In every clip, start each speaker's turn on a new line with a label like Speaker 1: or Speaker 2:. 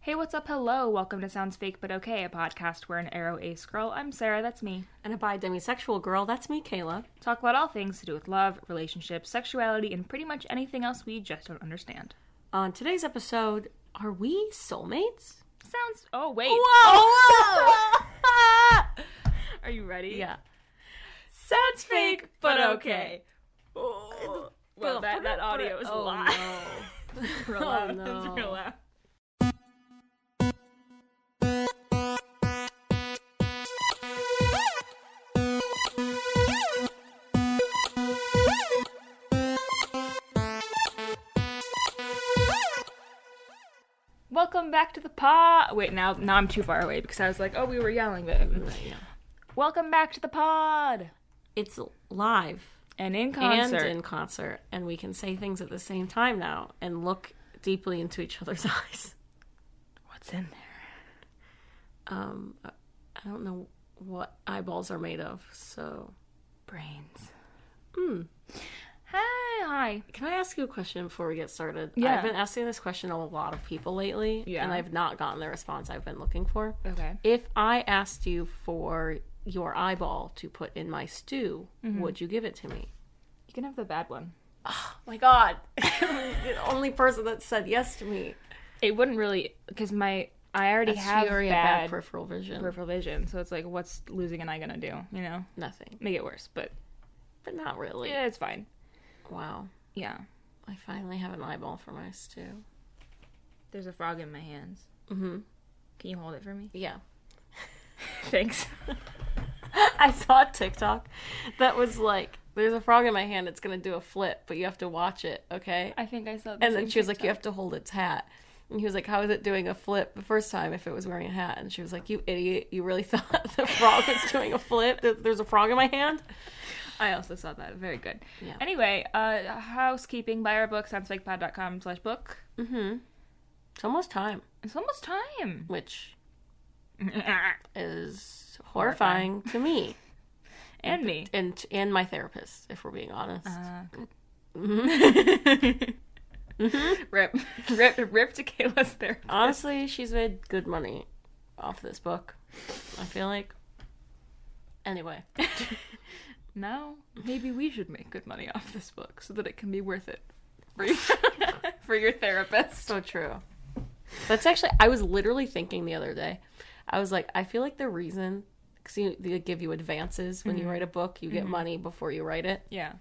Speaker 1: Hey, what's up? Hello. Welcome to Sounds Fake But Okay, a podcast where an arrow ace girl, I'm Sarah, that's me,
Speaker 2: And a bi demisexual girl, that's me, Kayla.
Speaker 1: talk about all things to do with love, relationships, sexuality, and pretty much anything else we just don't understand.
Speaker 2: On today's episode, are we soulmates?
Speaker 1: Sounds. Oh, wait.
Speaker 2: Whoa!
Speaker 1: Are you ready?
Speaker 2: yeah.
Speaker 1: Sounds fake, but okay. Oh.
Speaker 2: Well,
Speaker 1: Well, that, that audio is
Speaker 2: oh,
Speaker 1: loud.
Speaker 2: No.
Speaker 1: real
Speaker 2: Oh,
Speaker 1: loud.
Speaker 2: no.
Speaker 1: It's real loud. Welcome back to the pod. Wait, now now I'm too far away because I was like, oh, we were yelling. But
Speaker 2: Yeah.
Speaker 1: welcome back to the pod
Speaker 2: It's live
Speaker 1: and in concert.
Speaker 2: and in concert, and we can say things at the same time now and look deeply into each other's eyes.
Speaker 1: What's in there?
Speaker 2: Um, I I don't know what eyeballs are made of, so.
Speaker 1: brains. Hmm. Hi, hi.
Speaker 2: Can I ask you a question before we get started?
Speaker 1: Yeah.
Speaker 2: I've been asking this question of a lot of people lately,
Speaker 1: Yeah.
Speaker 2: and I've not gotten the response I've been looking for.
Speaker 1: Okay.
Speaker 2: If I asked you for your eyeball to put in my stew, would you give it to me?
Speaker 1: You can have the bad one.
Speaker 2: my god. the only person that said yes to me.
Speaker 1: It wouldn't really, because my I already
Speaker 2: That's
Speaker 1: have
Speaker 2: you already have
Speaker 1: bad,
Speaker 2: peripheral vision.
Speaker 1: peripheral vision, so it's like, what's losing an eye gonna do? You know,
Speaker 2: Nothing.
Speaker 1: make it worse, but
Speaker 2: But not really.
Speaker 1: yeah, it's fine.
Speaker 2: Wow.
Speaker 1: Yeah.
Speaker 2: I finally have an eyeball for my stew.
Speaker 1: There's a frog in my hands.
Speaker 2: Mm-hmm.
Speaker 1: Can you hold it for me?
Speaker 2: Yeah.
Speaker 1: Thanks.
Speaker 2: I saw a TikTok that was like, there's a frog in my hand, it's gonna do a flip, but you have to watch it, okay?
Speaker 1: I think I saw. The
Speaker 2: And then
Speaker 1: same
Speaker 2: she was like,
Speaker 1: TikTok.
Speaker 2: You have to hold its hat. And he was like, How is it doing a flip the first time if it was wearing a hat? And she was like, You idiot. You really thought the frog was doing a flip? That There's a frog in my hand?
Speaker 1: I also saw that. Very good.
Speaker 2: Yeah.
Speaker 1: Anyway, uh, housekeeping by our book soundsfakepod.com slash book.
Speaker 2: It's almost time,
Speaker 1: It's almost time.
Speaker 2: which
Speaker 1: and
Speaker 2: is horrifying, to me
Speaker 1: me.
Speaker 2: and and my therapist, if we're being honest.
Speaker 1: Uh, good. Rip, rip, rip to Kayla's there.
Speaker 2: Mm-hmm. Honestly, she's made good money off this book, I feel like. Anyway,
Speaker 1: Now, maybe we should make good money off this book so that it can be worth it for, you, for your therapist.
Speaker 2: so true. That's actually, I was literally thinking the other day, I was like, I feel like the reason, because they give you advances when
Speaker 1: Mm-hmm.
Speaker 2: you write a book, you get money before you write it.
Speaker 1: Yeah.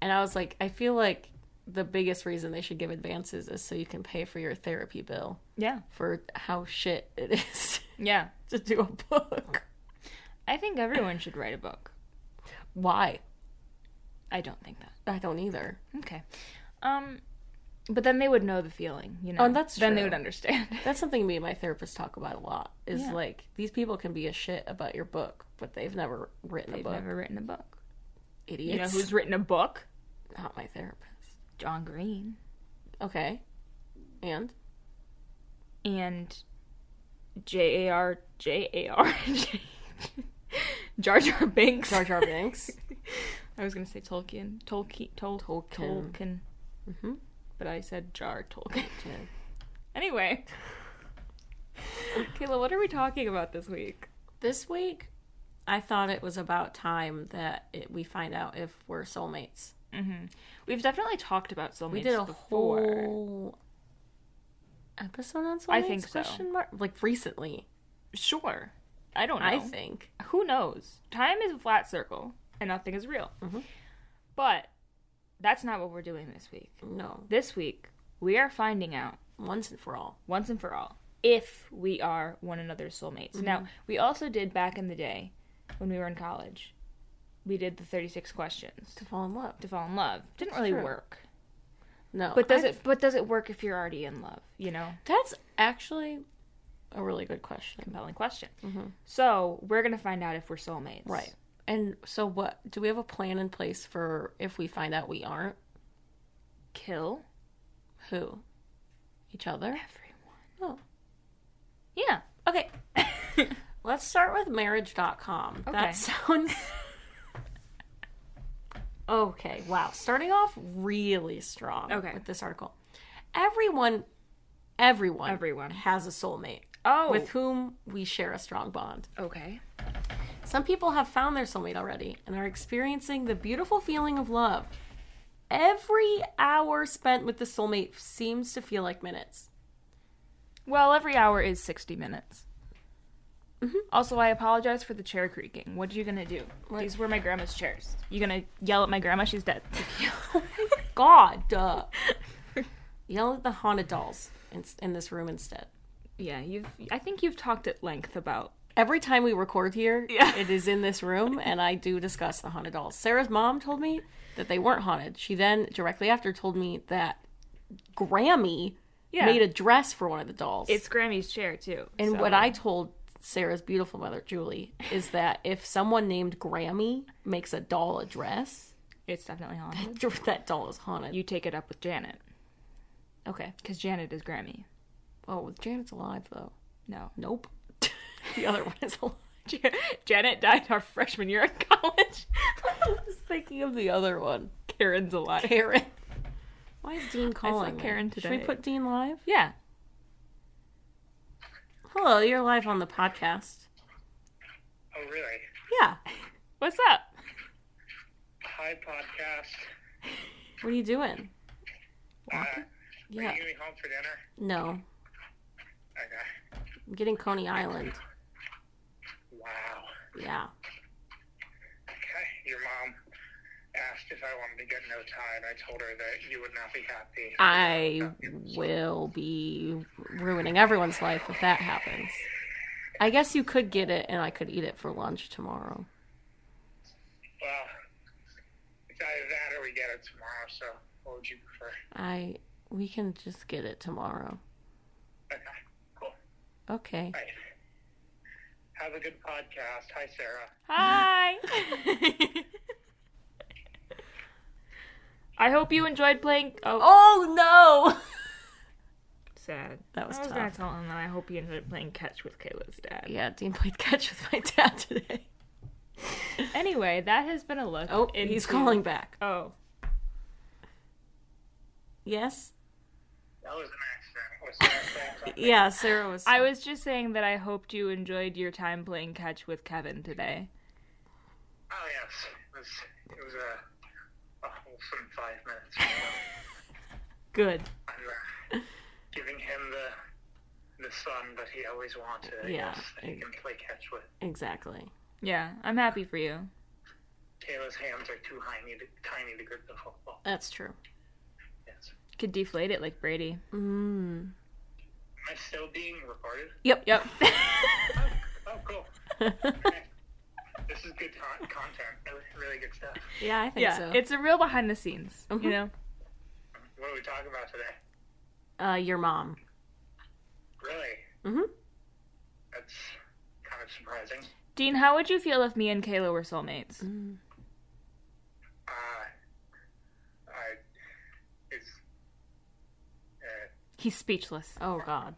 Speaker 2: And I was like, I feel like the biggest reason they should give advances is so you can pay for your therapy bill
Speaker 1: Yeah.
Speaker 2: for how shit it is
Speaker 1: Yeah.
Speaker 2: to do a book.
Speaker 1: I think everyone should write a book.
Speaker 2: Why?
Speaker 1: I don't think that.
Speaker 2: I don't either.
Speaker 1: Okay. Um, but then they would know the feeling, you know.
Speaker 2: Oh, that's
Speaker 1: Then they
Speaker 2: true.
Speaker 1: would understand.
Speaker 2: That's something me and my therapist talk about a lot. Is
Speaker 1: Yeah.
Speaker 2: like these people can be a shit about your book, but they've never written a
Speaker 1: They've
Speaker 2: book.
Speaker 1: never written a book.
Speaker 2: Idiots.
Speaker 1: You know who's written a book?
Speaker 2: not my therapist?
Speaker 1: John Green
Speaker 2: Okay. And
Speaker 1: and J A R J A R J. Jar Jar Binks.
Speaker 2: Jar Jar Binks.
Speaker 1: I was gonna say Tolkien, Tolkien, Tol- Tolkien, Mm-hmm.
Speaker 2: Tolkien. Mhm.
Speaker 1: but I said Jar Tolkien.
Speaker 2: Okay.
Speaker 1: anyway, Kayla, what are we talking about this week?
Speaker 2: This week, I thought it was about time that it, we find out if we're soulmates.
Speaker 1: Mm-hmm. We've definitely talked about soulmates
Speaker 2: We did a
Speaker 1: before.
Speaker 2: whole episode on soulmates.
Speaker 1: I think so.
Speaker 2: question mark like recently.
Speaker 1: Sure, I don't know.
Speaker 2: I think
Speaker 1: Who knows? Time is a flat circle, and nothing is real. But that's not what we're doing this week.
Speaker 2: no,
Speaker 1: This week, we are finding out
Speaker 2: once and for all.
Speaker 1: once and for all if we are one another's soulmates.
Speaker 2: Mm-hmm.
Speaker 1: Now, we also did back in the day when we were in college, we did the 36 questions
Speaker 2: To fall in love.
Speaker 1: to fall in love. Didn't really
Speaker 2: True.
Speaker 1: work.
Speaker 2: No,
Speaker 1: But does
Speaker 2: I-
Speaker 1: it but does it work if you're already in love, you know?
Speaker 2: That's actually a really good question.
Speaker 1: Compelling question. So, we're going to find out if we're soulmates.
Speaker 2: Mm-hmm. Right. And so, what do we have a plan in place for if we find out we aren't?
Speaker 1: Kill
Speaker 2: Who? Each other?
Speaker 1: everyone.
Speaker 2: Oh.
Speaker 1: Yeah.
Speaker 2: Okay. Let's start with marriage.com.
Speaker 1: Okay.
Speaker 2: That sounds. okay. Wow. Starting off really strong
Speaker 1: Okay.
Speaker 2: with this article. Everyone everyone,
Speaker 1: Everyone.
Speaker 2: has a soulmate
Speaker 1: Oh.
Speaker 2: with whom we share a strong bond.
Speaker 1: okay.
Speaker 2: Some people have found their soulmate already and are experiencing the beautiful feeling of love. Every hour spent with the soulmate seems to feel like minutes.
Speaker 1: Well, every hour is 60 minutes. Also, I apologize for the chair creaking. Mm-hmm. What are you gonna do? These were my grandma's chairs. You gonna yell at my grandma? She's dead.
Speaker 2: God, duh. Yell at the haunted dolls in, in this room instead.
Speaker 1: yeah, you've. I think you've talked at length about.
Speaker 2: Every time we record here,
Speaker 1: Yeah.
Speaker 2: it is in this room, and I do discuss the haunted dolls. Sarah's mom told me that they weren't haunted. She then, directly after, told me that Grammy
Speaker 1: Yeah,
Speaker 2: made a dress for one of the dolls.
Speaker 1: it's Grammy's chair too.
Speaker 2: And
Speaker 1: so-
Speaker 2: what I told Sarah's beautiful mother, Julie, is that if someone named Grammy makes a doll a dress,
Speaker 1: It's definitely haunted.
Speaker 2: that doll is haunted.
Speaker 1: You take it up with Janet
Speaker 2: okay.
Speaker 1: because Janet is Grammy.
Speaker 2: Oh, Janet's alive though.
Speaker 1: No,
Speaker 2: Nope. the other one is alive.
Speaker 1: Janet died our freshman year at college.
Speaker 2: I was thinking of the other one,
Speaker 1: Karen's alive.
Speaker 2: Karen. Why is Dean calling? me?
Speaker 1: Karen
Speaker 2: Should
Speaker 1: today.
Speaker 2: we put Dean live?
Speaker 1: Yeah.
Speaker 2: Hello, you're live on the podcast.
Speaker 3: Oh, really?
Speaker 2: Yeah.
Speaker 1: What's up?
Speaker 3: Hi, podcast.
Speaker 2: What are you doing?
Speaker 3: Uh, Are
Speaker 2: Yeah.
Speaker 3: you going home for dinner?
Speaker 2: No,
Speaker 3: Okay.
Speaker 2: I'm getting Coney Island.
Speaker 3: Wow.
Speaker 2: Yeah.
Speaker 3: Okay. Your mom asked if I wanted to get no tie, and I told her that you would not be happy.
Speaker 2: Uh. I will be ruining everyone's life if that happens. I guess you could get it and I could eat it for lunch tomorrow.
Speaker 3: well, it's either that or we get it tomorrow, so what would you prefer?
Speaker 2: I we can just get it tomorrow.
Speaker 3: Okay. Cool.
Speaker 2: Okay.
Speaker 3: All right. Have a good podcast. Hi, Sarah.
Speaker 1: Hi. I hope you enjoyed playing. Oh,
Speaker 2: Oh no.
Speaker 1: sad.
Speaker 2: That was
Speaker 1: I was gonna
Speaker 2: tough.
Speaker 1: tell him that I hope you enjoyed playing catch with Kayla's dad.
Speaker 2: Yeah, Dean played catch with my dad today.
Speaker 1: Anyway, that has been a look.
Speaker 2: Oh, and he's
Speaker 1: into-
Speaker 2: calling back.
Speaker 1: Oh,
Speaker 2: Yes?
Speaker 3: That was an accident. Was Sarah saying something?
Speaker 2: Yeah, Sarah was
Speaker 1: I was just saying that I hoped you enjoyed your time playing catch with Kevin today.
Speaker 3: Oh, yes. It was, it was a, a wholesome five minutes.
Speaker 2: good.
Speaker 3: I'm uh, giving him the the son that he always wanted. I
Speaker 2: Yeah.
Speaker 3: guess, that he can play catch with.
Speaker 2: Exactly.
Speaker 1: Yeah, I'm happy for you.
Speaker 3: Taylor's hands are too tiny to, tiny to grip the football.
Speaker 2: That's true.
Speaker 3: Yes.
Speaker 1: Could deflate it like Brady.
Speaker 2: Mm.
Speaker 3: Am I still being recorded?
Speaker 2: Yep, yep.
Speaker 3: Oh, oh cool. Okay. this is good con- content. That was really good stuff.
Speaker 2: yeah, I think
Speaker 1: yeah,
Speaker 2: so.
Speaker 1: it's a real behind the scenes.
Speaker 2: Mhm.
Speaker 1: You know.
Speaker 3: What are we talking about today?
Speaker 2: uh your mom.
Speaker 3: Really?
Speaker 2: Mhm.
Speaker 3: That's kind of surprising.
Speaker 1: Dean, how would you feel if me and Kayla were soulmates?
Speaker 3: Uh, I, it's, uh,
Speaker 1: He's speechless.
Speaker 2: Oh god.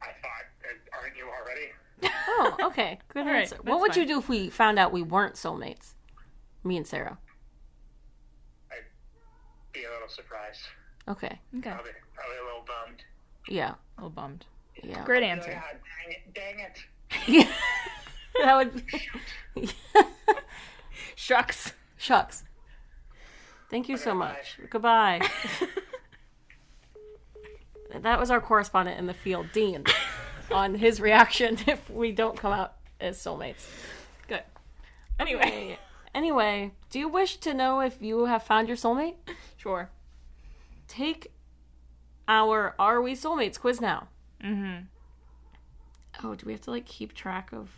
Speaker 3: I thought, uh, aren't you already?
Speaker 2: Oh, okay.
Speaker 1: All
Speaker 2: Good
Speaker 1: right,
Speaker 2: answer.
Speaker 1: that's
Speaker 2: what would you
Speaker 1: fine.
Speaker 2: do if we found out we weren't soulmates? Me and Sarah.
Speaker 3: I'd be a little surprised.
Speaker 2: Okay.
Speaker 1: Okay, a
Speaker 3: Probably, probably a little bummed.
Speaker 2: Yeah.
Speaker 1: little bummed.
Speaker 2: Yeah.
Speaker 1: Great
Speaker 3: Oh,
Speaker 1: answer.
Speaker 3: God, dang it, dang it.
Speaker 2: that would be...
Speaker 1: Shucks.
Speaker 2: Shucks. Thank you so
Speaker 3: Bye.
Speaker 2: much. Goodbye. that was our correspondent in the field, Dean, on his reaction if we don't come out as soulmates.
Speaker 1: Good. Anyway,
Speaker 2: Anyway, do you wish to know if you have found your soulmate?
Speaker 1: sure.
Speaker 2: Take our Are We Soulmates quiz now.
Speaker 1: Mm-hmm.
Speaker 2: Oh, do we have to like keep track of?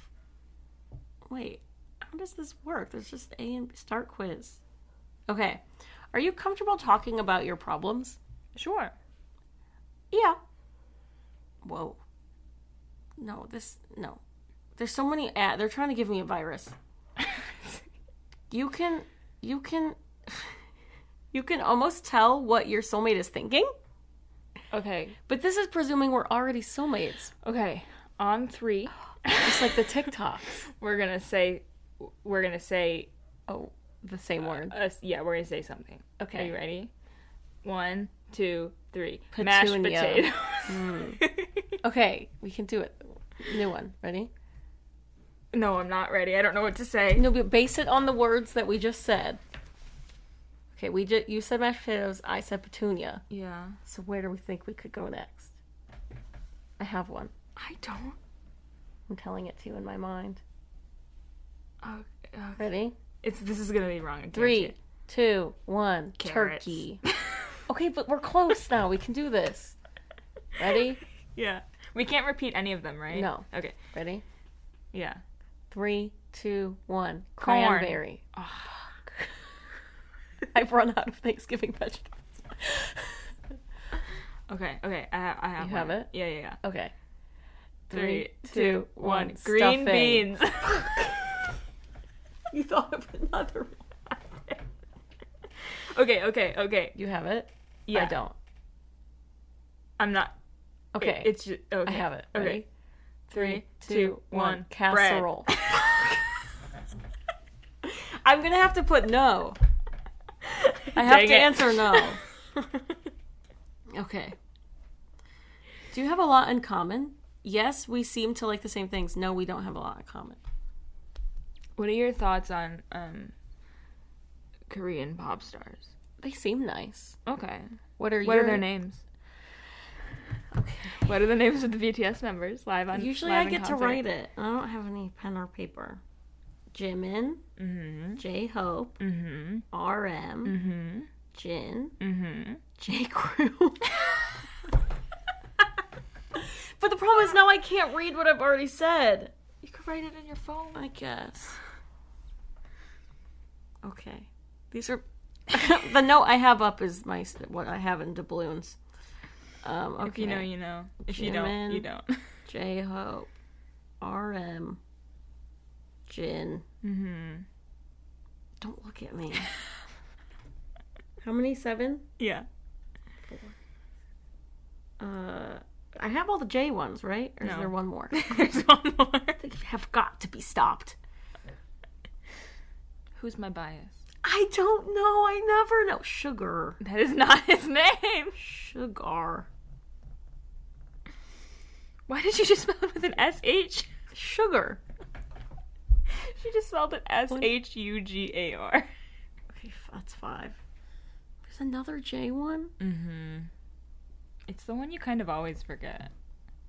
Speaker 2: Wait, how does this work? There's just A and start quiz. Okay, are you comfortable talking about your problems?
Speaker 1: Sure.
Speaker 2: Yeah. Whoa. No, this no. There's so many ad. They're trying to give me a virus. You can, you can, you can almost tell what your soulmate is thinking.
Speaker 1: okay.
Speaker 2: But this is presuming we're already soulmates,
Speaker 1: Okay. On three,
Speaker 2: just like the TikToks.
Speaker 1: we're gonna say, we're gonna say, uh,
Speaker 2: Oh, the same word.
Speaker 1: us. yeah, we're gonna say something.
Speaker 2: Okay.
Speaker 1: Are you ready? One, two, three.
Speaker 2: Petunia.
Speaker 1: Mashed
Speaker 2: Mm.
Speaker 1: potatoes.
Speaker 2: Okay, we can do it. New one. Ready?
Speaker 1: no, I'm not ready. I don't know what to say.
Speaker 2: No, but base it on the words that we just said. Okay, we just you said mashed potatoes. I said petunia.
Speaker 1: Yeah.
Speaker 2: So where do we think we could go next? I have one.
Speaker 1: I don't.
Speaker 2: I'm telling it to you in my mind.
Speaker 1: Oh, okay.
Speaker 2: Ready?
Speaker 1: It's this is gonna be wrong. I guarantee
Speaker 2: Three,
Speaker 1: it.
Speaker 2: two, one.
Speaker 1: Carrots.
Speaker 2: Turkey. Okay, but we're close now. We can do this. Ready?
Speaker 1: Yeah. We can't repeat any of them, right?
Speaker 2: No.
Speaker 1: Okay.
Speaker 2: Ready?
Speaker 1: Yeah.
Speaker 2: Three, two, one.
Speaker 1: Corn.
Speaker 2: Cranberry.
Speaker 1: Ah,
Speaker 2: I've run out of Thanksgiving vegetables.
Speaker 1: Okay. Okay. I, ha- I have.
Speaker 2: You have
Speaker 1: one.
Speaker 2: it?
Speaker 1: Yeah. Yeah. Yeah.
Speaker 2: Okay.
Speaker 1: Three,
Speaker 2: two,
Speaker 1: two,
Speaker 2: one.
Speaker 1: one. Green
Speaker 2: Stuffing.
Speaker 1: beans.
Speaker 2: You thought of another one.
Speaker 1: okay. Okay. Okay.
Speaker 2: You have it?
Speaker 1: Yeah.
Speaker 2: I don't.
Speaker 1: I'm not. it-
Speaker 2: Okay.
Speaker 1: it's just. Okay.
Speaker 2: I have it.
Speaker 1: Okay.
Speaker 2: Ready?
Speaker 1: Three,
Speaker 2: two, one.
Speaker 1: Bread.
Speaker 2: Casserole. I'm gonna have to put no. I have
Speaker 1: Dang
Speaker 2: to
Speaker 1: it.
Speaker 2: answer no. Okay. Do you have a lot in common? Yes, we seem to like the same things. No, we don't have a lot in common.
Speaker 1: what are your thoughts on um Korean pop stars?
Speaker 2: They seem nice.
Speaker 1: Okay.
Speaker 2: What are
Speaker 1: What
Speaker 2: your
Speaker 1: are their names?
Speaker 2: Okay.
Speaker 1: What are the names of the BTS members live on?
Speaker 2: Usually I get to write it. I don't have any pen or paper. Jimin,
Speaker 1: Mm-hmm.
Speaker 2: J Hope,
Speaker 1: Mm-hmm.
Speaker 2: RM,
Speaker 1: Mm-hmm.
Speaker 2: Jin,
Speaker 1: Mm-hmm.
Speaker 2: J Crew. but the problem is now I can't read what I've already said.
Speaker 1: You could write it in your phone.
Speaker 2: I guess. Okay. These are the note I have up is my what I have in doubloons. Um, okay.
Speaker 1: If you know, you know. If you don't, you don't.
Speaker 2: J Hope, RM, Jin.
Speaker 1: mm-hmm.
Speaker 2: Don't look at me. How many? Seven.
Speaker 1: Yeah.
Speaker 2: Uh, I have all the J ones, right? Or is
Speaker 1: No.
Speaker 2: there one more?
Speaker 1: There's one more.
Speaker 2: they have got to be stopped.
Speaker 1: Who's my bias?
Speaker 2: I don't know. I never know. Sugar.
Speaker 1: That is not his name.
Speaker 2: Sugar.
Speaker 1: Why did you just spell it with an S H?
Speaker 2: Sugar.
Speaker 1: She just spelled it S H U G A R.
Speaker 2: Okay, f- that's five. There's another J one.
Speaker 1: Mm-hmm. It's the one you kind of always forget.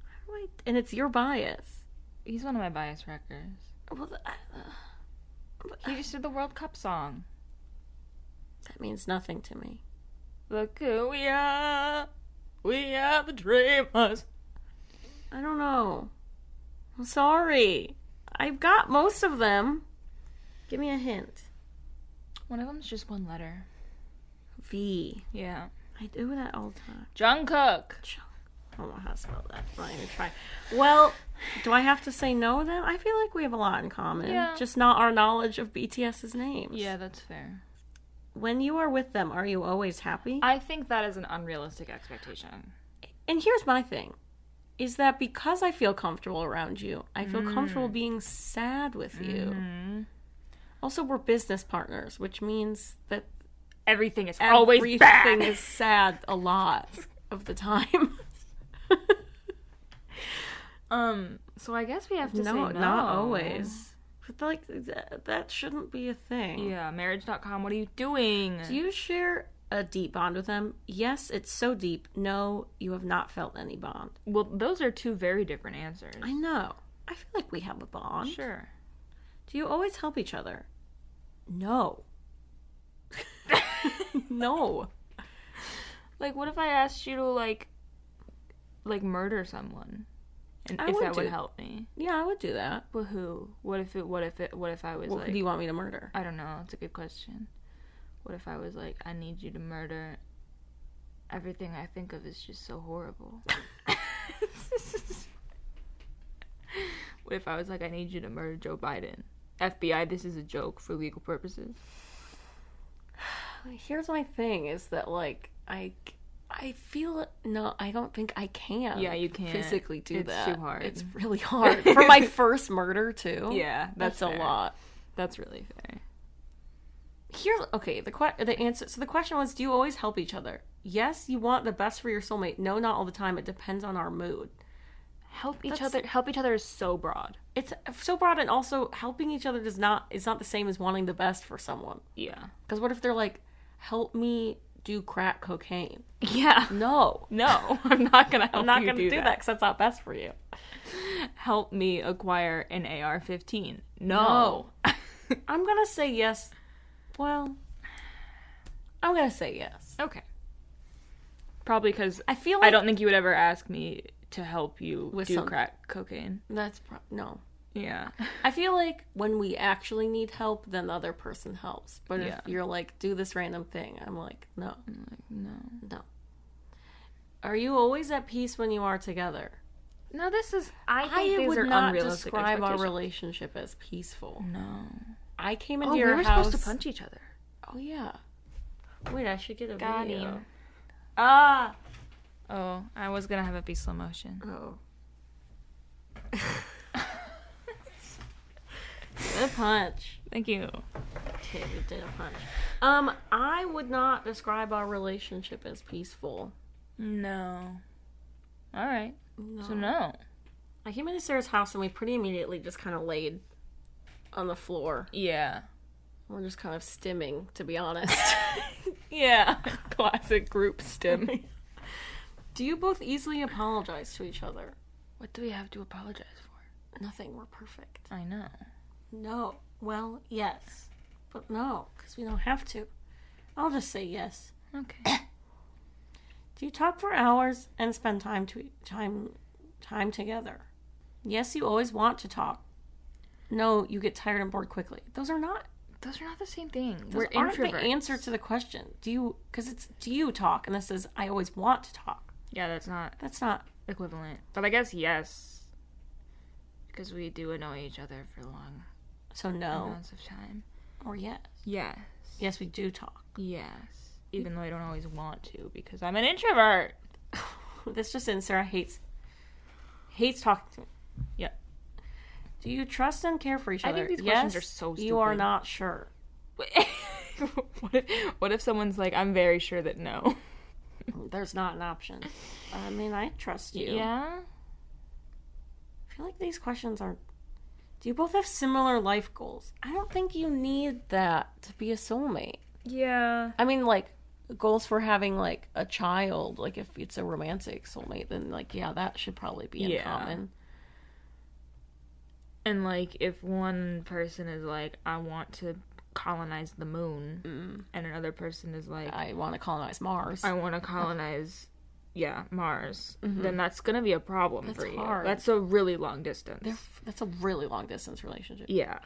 Speaker 2: How do I? And it's your bias.
Speaker 1: He's one of my bias records.
Speaker 2: Well, th- I- uh,
Speaker 1: He just did the World Cup song.
Speaker 2: that means nothing to me.
Speaker 1: Look who we are. We are the dreamers.
Speaker 2: I don't know. I'm sorry. I've got most of them. Give me a hint.
Speaker 1: One of them's just one letter.
Speaker 2: V.
Speaker 1: Yeah.
Speaker 2: I do that all the time.
Speaker 1: Jungkook.
Speaker 2: I don't know how to spell that. I'm not even trying. Well, do I have to say no then? I feel like we have a lot in common.
Speaker 1: Yeah.
Speaker 2: Just not our knowledge of BTS's names.
Speaker 1: Yeah, that's fair.
Speaker 2: When you are with them, are you always happy?
Speaker 1: I think that is an unrealistic expectation.
Speaker 2: and here's my thing is that because I feel comfortable around you, I feel
Speaker 1: Mm.
Speaker 2: comfortable being sad with you.
Speaker 1: Mm-hmm.
Speaker 2: Also, we're business partners, which means that
Speaker 1: Everything is always
Speaker 2: everything
Speaker 1: bad.
Speaker 2: is sad a lot of the time.
Speaker 1: um. So I guess we have to say
Speaker 2: no,
Speaker 1: no.
Speaker 2: not always. But like th- that shouldn't be a thing.
Speaker 1: Yeah. Marriage.com. What are you doing?
Speaker 2: Do you share a deep bond with them? Yes, it's so deep. No, you have not felt any bond.
Speaker 1: well, those are two very different answers.
Speaker 2: I know. I feel like we have a bond.
Speaker 1: Sure.
Speaker 2: Do you always help each other? No. no.
Speaker 1: Like, what if I asked you to like, like murder someone, and
Speaker 2: I
Speaker 1: if
Speaker 2: would
Speaker 1: that would
Speaker 2: do-
Speaker 1: help me?
Speaker 2: Yeah, I would do that.
Speaker 1: But who? What if it? What if it? What if I was
Speaker 2: What
Speaker 1: like?
Speaker 2: do you want me to murder?
Speaker 1: I don't know. It's a good question. What if I was like, I need you to murder. Everything I think of is just so horrible. what if I was like, I need you to murder Joe Biden? FBI, this is a joke for legal purposes.
Speaker 2: Here's my thing is that like I I feel no, I don't think I can.
Speaker 1: Yeah, you can't.
Speaker 2: physically do
Speaker 1: It's
Speaker 2: that.
Speaker 1: too hard.
Speaker 2: It's really hard for my first murder too.
Speaker 1: Yeah,
Speaker 2: that's,
Speaker 1: that's
Speaker 2: a
Speaker 1: fair.
Speaker 2: lot.
Speaker 1: That's really fair.
Speaker 2: here okay the que- the answer so the question was do you always help each other yes you want the best for your soulmate no not all the time it depends on our mood
Speaker 1: Help each
Speaker 2: That's-
Speaker 1: other. Help each other is so broad.
Speaker 2: it's so broad and also helping each other does not is not the same as wanting the best for someone
Speaker 1: Yeah.
Speaker 2: because what if they're like help me do crack cocaine
Speaker 1: Yeah.
Speaker 2: no
Speaker 1: No, I'm not gonna help
Speaker 2: i'm not
Speaker 1: you
Speaker 2: gonna do that because that's not best for you
Speaker 1: Help me acquire an AR-15. No.
Speaker 2: No. i'm gonna say yes well i'm gonna say yes
Speaker 1: okay. Probably because
Speaker 2: i feel like
Speaker 1: I don't think you would ever ask me to help you
Speaker 2: With
Speaker 1: do
Speaker 2: some-
Speaker 1: crack cocaine.
Speaker 2: that's pro- no
Speaker 1: Yeah.
Speaker 2: I feel like when we actually need help, then the other person helps. But
Speaker 1: Yeah.
Speaker 2: if you're like, do this random thing, I'm like, no,
Speaker 1: No.
Speaker 2: no. Are you always at peace when you are together?
Speaker 1: No, this is. I think
Speaker 2: I
Speaker 1: these
Speaker 2: would
Speaker 1: are
Speaker 2: not
Speaker 1: unrealistic
Speaker 2: describe our
Speaker 1: expectations.
Speaker 2: relationship as peaceful.
Speaker 1: No.
Speaker 2: I came into
Speaker 1: Oh, we
Speaker 2: your
Speaker 1: were
Speaker 2: house.
Speaker 1: supposed to punch each other.
Speaker 2: Oh yeah. Wait, I should get a
Speaker 1: Got
Speaker 2: video.
Speaker 1: him.
Speaker 2: Ah.
Speaker 1: Oh, I was gonna have it be slow motion.
Speaker 2: Oh. Good punch.
Speaker 1: Thank you.
Speaker 2: Okay, we did a punch. Um, I would not describe our relationship as peaceful.
Speaker 1: No. All right.
Speaker 2: No.
Speaker 1: So no.
Speaker 2: I came into Sarah's house and we pretty immediately just kind of laid on the floor.
Speaker 1: Yeah.
Speaker 2: We're just kind of stimming, to be honest.
Speaker 1: Yeah. Classic group stim.
Speaker 2: Do you both easily apologize to each other?
Speaker 1: what do we have to apologize for?
Speaker 2: Nothing, we're perfect.
Speaker 1: I know.
Speaker 2: No. Well, yes. But no, because we don't have to. I'll just say yes.
Speaker 1: Okay.
Speaker 2: Do you talk for hours and spend time to time time together? Yes, you always want to talk. No, you get tired and bored quickly. Those are not
Speaker 1: Those are not the same thing.
Speaker 2: those
Speaker 1: We're
Speaker 2: aren't
Speaker 1: introverts.
Speaker 2: the answer to the question. Do you because it's do you talk and this is I always want to talk.
Speaker 1: Yeah, that's not
Speaker 2: That's not
Speaker 1: equivalent. But I guess yes. Because we do annoy each other for long
Speaker 2: so no
Speaker 1: amounts of time.
Speaker 2: or yes.
Speaker 1: Oh. Uh-huh. Yes.
Speaker 2: Yes, we do talk.
Speaker 1: Yes. Even though I don't always want to because I'm an introvert.
Speaker 2: This just in Sarah hates hates talking to me.
Speaker 1: Yep.
Speaker 2: Do you trust and care for each
Speaker 1: I
Speaker 2: other?
Speaker 1: think these
Speaker 2: yes,
Speaker 1: questions are so
Speaker 2: You are
Speaker 1: stupid.
Speaker 2: not sure.
Speaker 1: what if what if someone's like, I'm very sure that no.
Speaker 2: There's not an option. I mean, I trust you.
Speaker 1: Yeah?
Speaker 2: I feel like these questions are. Do you both have similar life goals? I don't think you need that to be a soulmate.
Speaker 1: Yeah.
Speaker 2: I mean, like goals for having like a child. Like if it's a romantic soulmate, then like yeah, that should probably be in
Speaker 1: Yeah.
Speaker 2: common.
Speaker 1: And like if one person is like, I want to colonize the moon and another person is like
Speaker 2: I want to colonize Mars.
Speaker 1: I want to colonize, yeah, Mars, then that's gonna be a problem
Speaker 2: That's
Speaker 1: for you.
Speaker 2: hard.
Speaker 1: Mm-hmm. That's a really long distance.
Speaker 2: They're f- that's a really long distance relationship.
Speaker 1: yeah,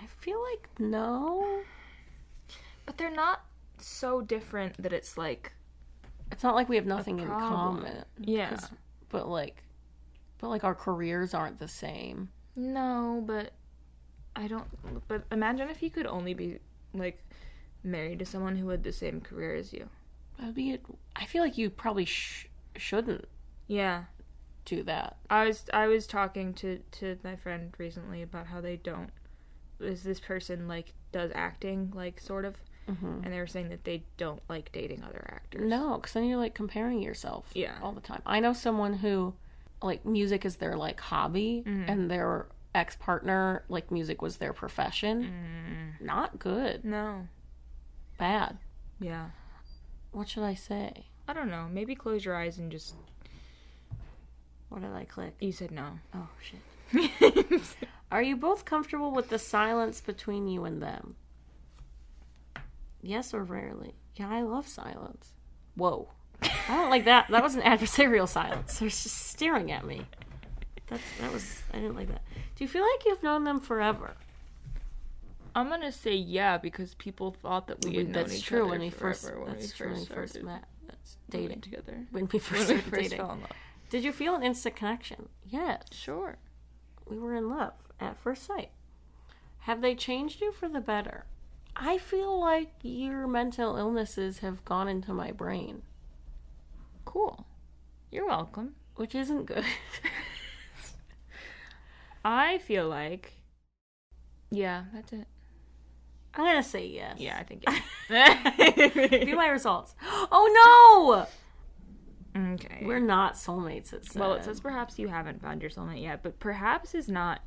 Speaker 2: I feel like no.
Speaker 1: but they're not so different that it's like,
Speaker 2: It's not like we have nothing in
Speaker 1: problem.
Speaker 2: common,
Speaker 1: yeah,
Speaker 2: 'Cause- but like, but like our careers aren't the same.
Speaker 1: no, but I don't. But imagine if you could only be like married to someone who had the same career as you.
Speaker 2: That would be. I feel like you probably sh- shouldn't
Speaker 1: Yeah,
Speaker 2: do that.
Speaker 1: I was I was talking to to my friend recently about how they don't. Is this person like does acting like sort of?
Speaker 2: Mhm.
Speaker 1: And they were saying that they don't like dating other actors.
Speaker 2: No, because then you're like comparing yourself.
Speaker 1: Yeah.
Speaker 2: all the time. I know someone who, like, music is their like hobby, and their ex partner like music was their profession. Not good.
Speaker 1: No.
Speaker 2: Bad.
Speaker 1: Yeah.
Speaker 2: What should I say?
Speaker 1: I don't know. Maybe close your eyes and just.
Speaker 2: What did I click?
Speaker 1: You said no.
Speaker 2: Oh shit. Are you both comfortable with the silence between you and them? Yes or rarely. Yeah, I love silence. Whoa. I don't like that. That was an adversarial silence. They're just staring at me. That's that was I didn't like that. Do you feel like you've known them forever?
Speaker 1: I'm gonna say yeah because people thought that we had known
Speaker 2: that's
Speaker 1: each
Speaker 2: true
Speaker 1: other
Speaker 2: when we
Speaker 1: forever
Speaker 2: first
Speaker 1: when
Speaker 2: that's
Speaker 1: we
Speaker 2: true when we
Speaker 1: first
Speaker 2: first
Speaker 1: started
Speaker 2: met. That's
Speaker 1: living
Speaker 2: dating.
Speaker 1: together.
Speaker 2: When we first
Speaker 1: When we
Speaker 2: started
Speaker 1: first
Speaker 2: dating.
Speaker 1: fell in love.
Speaker 2: Did you feel an instant connection? Yes.
Speaker 1: Sure.
Speaker 2: we were in love at first sight. Have they changed you for the better? I feel like your mental illnesses have gone into my brain,
Speaker 1: Cool. You're welcome.
Speaker 2: which isn't good.
Speaker 1: I feel like. Yeah, that's it.
Speaker 2: I'm gonna say yes.
Speaker 1: Yeah, I think. it-
Speaker 2: View my results. Oh
Speaker 1: okay.
Speaker 2: no! We're not soulmates. It said.
Speaker 1: well, it says perhaps you haven't found your soulmate yet, but perhaps is not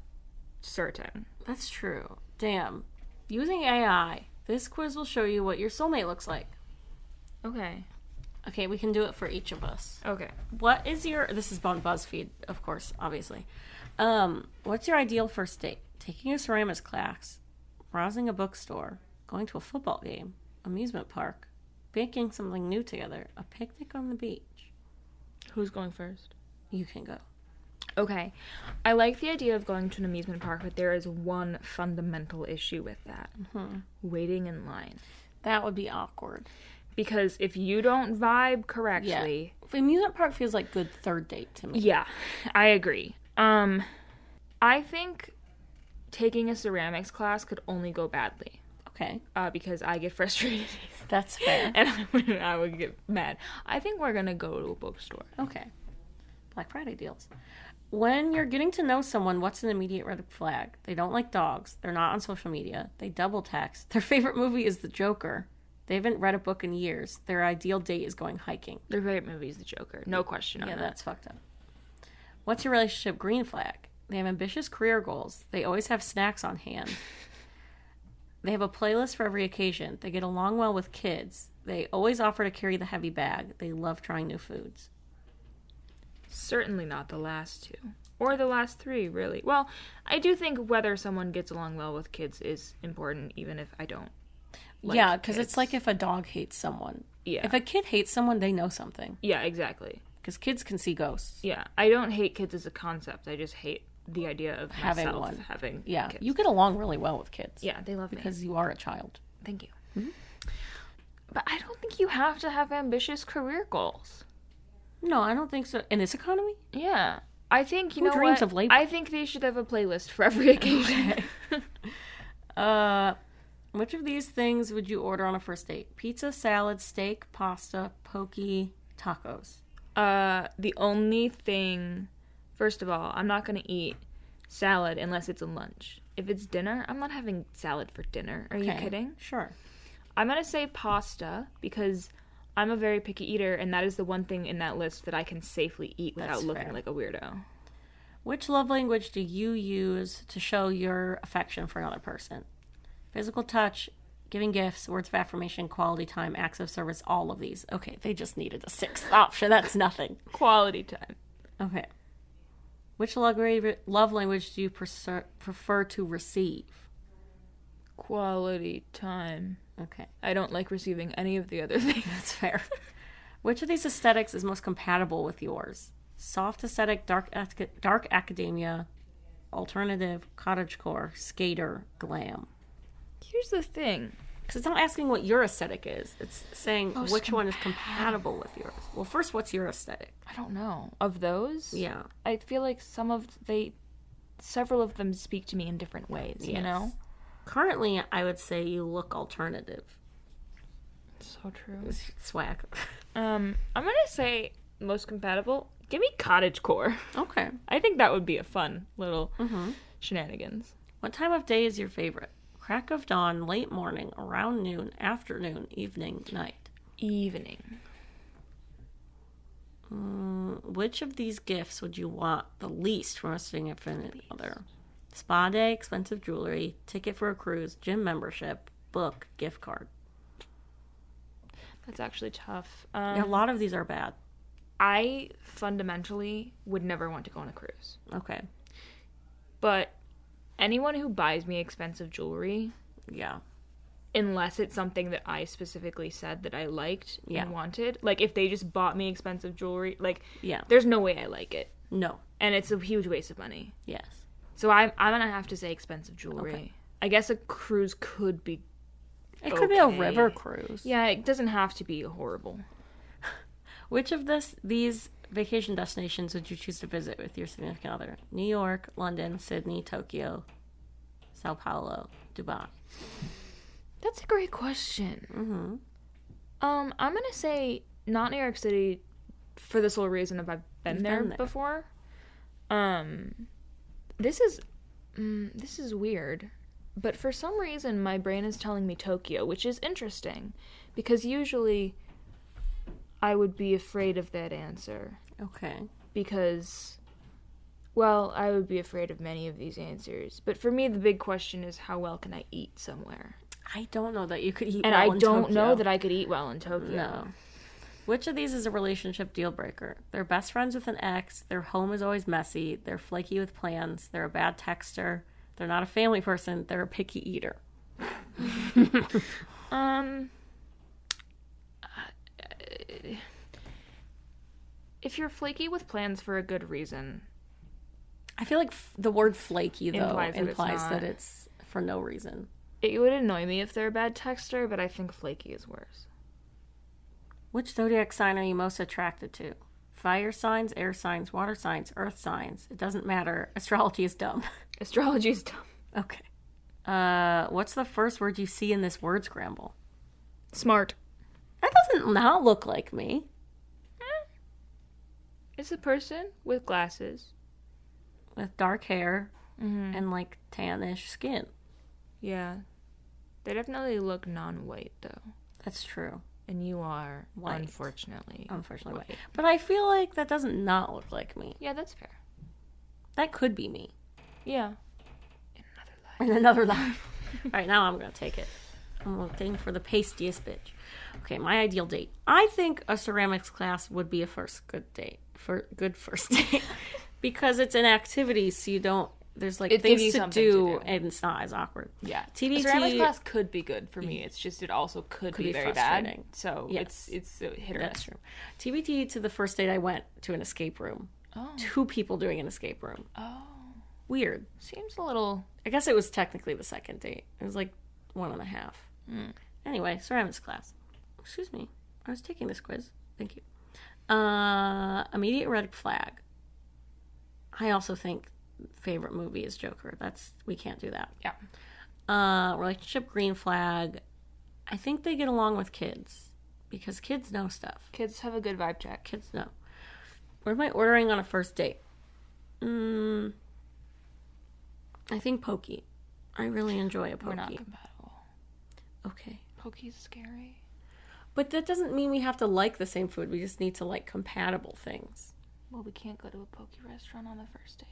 Speaker 1: certain.
Speaker 2: that's true. Damn. Using AI, this quiz will show you what your soulmate looks like.
Speaker 1: Okay.
Speaker 2: Okay, we can do it for each of us.
Speaker 1: Okay.
Speaker 2: What is your? This is on BuzzFeed, of course, obviously. Um, what's your ideal first date? Taking a ceramics class, browsing a bookstore, going to a football game, amusement park, baking something new together, a picnic on the beach.
Speaker 1: Who's going first?
Speaker 2: You can go.
Speaker 1: Okay. I like the idea of going to an amusement park, but there is one fundamental issue with that waiting in line.
Speaker 2: That would be awkward.
Speaker 1: Because if you don't vibe correctly,
Speaker 2: The amusement park feels like good third date to me.
Speaker 1: yeah, I agree. Um, I think taking a ceramics class could only go badly
Speaker 2: Okay,
Speaker 1: uh, because I get frustrated
Speaker 2: that's fair.
Speaker 1: and I would, I would get mad. I think we're gonna go to a bookstore.
Speaker 2: Okay. Black Friday deals. When you're getting to know someone, what's an immediate red flag? They don't like dogs. They're not on social media. They double text. Their favorite movie is The Joker. They haven't read a book in years. Their ideal date is going hiking.
Speaker 1: Their favorite movie is The Joker. No question on
Speaker 2: Yeah,
Speaker 1: that.
Speaker 2: that's fucked up. What's your relationship green flag? They have ambitious career goals. They always have snacks on hand. they have a playlist for every occasion. They get along well with kids. They always offer to carry the heavy bag. They love trying new foods.
Speaker 1: Certainly not the last two. Or the last three, really. Well, I do think whether someone gets along well with kids is important, even if I don't. like
Speaker 2: yeah, because it's
Speaker 1: kids.
Speaker 2: like if a dog hates someone.
Speaker 1: Yeah.
Speaker 2: If a kid hates someone, they know something
Speaker 1: yeah, exactly.
Speaker 2: because kids can see ghosts.
Speaker 1: Yeah, I don't hate kids as a concept. I just hate the idea of
Speaker 2: Having
Speaker 1: myself
Speaker 2: one.
Speaker 1: having
Speaker 2: Yeah,
Speaker 1: kids.
Speaker 2: you get along really well with kids.
Speaker 1: yeah, they love me.
Speaker 2: because Mm-hmm. you are a child.
Speaker 1: Thank you. But I don't think you have to have ambitious career goals.
Speaker 2: No, I don't think so. In this economy,
Speaker 1: Yeah. I think you
Speaker 2: Who
Speaker 1: know
Speaker 2: dreams
Speaker 1: what?
Speaker 2: of labor?
Speaker 1: I think they should have a playlist for every occasion.
Speaker 2: uh, which of these things would you order on a first date? Pizza, salad, steak, pasta, pokey, tacos.
Speaker 1: uh the only thing first of all, I'm not going to eat salad unless it's a lunch. If it's dinner, I'm not having salad for dinner. Are you
Speaker 2: Okay,
Speaker 1: kidding?
Speaker 2: Sure.
Speaker 1: I'm gonna say pasta because I'm a very picky eater, and that is the one thing in that list that I can safely eat without
Speaker 2: That's
Speaker 1: looking
Speaker 2: fair.
Speaker 1: like a weirdo.
Speaker 2: Which love language do you use to show your affection for another person? Physical touch, giving gifts, words of affirmation, quality time, acts of service, all of these. Okay, they just needed a sixth option. That's nothing.
Speaker 1: Quality time.
Speaker 2: Okay. Which love ra- love language do you preser- prefer to receive?
Speaker 1: Quality time.
Speaker 2: Okay,
Speaker 1: I don't like receiving any of the other things.
Speaker 2: that's fair. Which of these aesthetics is most compatible with yours? Soft aesthetic, dark, ac- dark academia, alternative, cottagecore, skater, glam.
Speaker 1: Here's the thing.
Speaker 2: Because it's not asking what your aesthetic is. Oh, It's saying which one is compatible with yours. Well, first, what's your aesthetic?
Speaker 1: I don't know. Of those,
Speaker 2: Yeah.
Speaker 1: I feel like some of they several of them speak to me in different ways, you
Speaker 2: Yes.
Speaker 1: know?
Speaker 2: Currently, I would say you look alternative.
Speaker 1: So true.
Speaker 2: Swag.
Speaker 1: Um, I'm gonna say most compatible. Give me cottage core.
Speaker 2: okay.
Speaker 1: I think that would be a fun little shenanigans.
Speaker 2: What time of day is your favorite? Crack of dawn, late morning, around noon, afternoon, evening, night.
Speaker 1: Evening.
Speaker 2: Mm, Which of these gifts would you want the least from a significant other? Spa day, expensive jewelry, ticket for a cruise, gym membership, book, gift card.
Speaker 1: That's actually tough. Um,
Speaker 2: a lot of these are bad.
Speaker 1: I fundamentally would never want to go on a cruise,
Speaker 2: Okay.
Speaker 1: but anyone who buys me expensive jewelry,
Speaker 2: Yeah.
Speaker 1: unless it's something that I specifically said that I liked
Speaker 2: Yeah.
Speaker 1: and wanted, like if they just bought me expensive jewelry, like
Speaker 2: Yeah.
Speaker 1: there's no way I like it,
Speaker 2: No.
Speaker 1: and it's a huge waste of money.
Speaker 2: Yes.
Speaker 1: So I'm I'm gonna have to say expensive jewelry.
Speaker 2: Okay.
Speaker 1: I guess a cruise could be.
Speaker 2: It could be a
Speaker 1: Okay.
Speaker 2: river cruise.
Speaker 1: Yeah, it doesn't have to be horrible.
Speaker 2: Which of this these vacation destinations would you choose to visit with your significant other? New York, London, Sydney, Tokyo, Sao Paulo, Dubai.
Speaker 1: That's a great question. Um, I'm gonna say not New York City for the sole reason of I've been,
Speaker 2: You've
Speaker 1: there,
Speaker 2: been there.
Speaker 1: before. Um, this is mm, this is weird. But for some reason, my brain is telling me Tokyo, which is interesting because usually I would be afraid of that answer
Speaker 2: Okay.
Speaker 1: because, well, I would be afraid of many of these answers. But for me, the big question is how well can I eat somewhere?
Speaker 2: I don't know that you could eat.
Speaker 1: And
Speaker 2: well
Speaker 1: I
Speaker 2: in
Speaker 1: don't know
Speaker 2: Tokyo.
Speaker 1: that I could eat well in Tokyo.
Speaker 2: No. Which of these is a relationship deal breaker? They're best friends with an ex, their home is always messy, they're flaky with plans, they're a bad texter, they're not a family person, they're a picky eater.
Speaker 1: Um. If you're flaky with plans for a good reason,
Speaker 2: I feel like f- the word flaky, though,
Speaker 1: Implies
Speaker 2: implies,
Speaker 1: that it's not.
Speaker 2: that it's for no reason.
Speaker 1: it would annoy me if they're a bad texter, but I think flaky is worse.
Speaker 2: Which zodiac sign are you most attracted to? Fire signs, air signs, water signs, earth signs. It doesn't matter. Astrology is dumb.
Speaker 1: Astrology is dumb.
Speaker 2: okay. Uh, what's the first word you see in this word scramble?
Speaker 1: Smart.
Speaker 2: That doesn't not look like me.
Speaker 1: It's a person with glasses.
Speaker 2: with dark hair
Speaker 1: Mhm.
Speaker 2: and like tannish skin.
Speaker 1: Yeah. They definitely look non white, though.
Speaker 2: That's true,
Speaker 1: And you are,
Speaker 2: White. Um.
Speaker 1: unfortunately.
Speaker 2: unfortunately. But I feel like that doesn't not look like me.
Speaker 1: Yeah, that's fair.
Speaker 2: That could be me
Speaker 1: Yeah. In another life.
Speaker 2: in another life. All right, now I'm gonna take it. I'm looking for the pastiest bitch. Okay, my ideal date. I think a ceramics class would be a first good date for good first date because it's an activity, so you don't. There's like
Speaker 1: It gives you
Speaker 2: things to
Speaker 1: something to
Speaker 2: do,
Speaker 1: do.
Speaker 2: and it's not as awkward.
Speaker 1: Yeah,
Speaker 2: TBT
Speaker 1: A ceramics class could be good for me. It's just it also Mm. could, be,
Speaker 2: be
Speaker 1: very bad.
Speaker 2: frustrating.
Speaker 1: So
Speaker 2: Yes.
Speaker 1: it's it's a hit or
Speaker 2: That's
Speaker 1: miss.
Speaker 2: true. TBT to the first date I went to an escape room.
Speaker 1: Oh,
Speaker 2: Two people doing an escape room.
Speaker 1: oh,
Speaker 2: Weird.
Speaker 1: seems a little.
Speaker 2: I guess it was technically the second date. It was like one and a half. Anyway, ceramics class. Excuse me. I was taking this quiz. Thank you. Uh, immediate red flag. I also think favorite movie is Joker. That's we can't do that.
Speaker 1: Yeah.
Speaker 2: Uh, relationship green flag. I think they get along with kids because kids know stuff.
Speaker 1: Kids have a good vibe check.
Speaker 2: Kids know. What am I ordering on a first date? Mm, I think pokey. I really enjoy a
Speaker 1: We're not
Speaker 2: pokey.
Speaker 1: compatible.
Speaker 2: Okay.
Speaker 1: Pokey's scary.
Speaker 2: But that doesn't mean we have to like the same food. We just need to like compatible things.
Speaker 1: Well, we can't go to a pokey restaurant on the first date.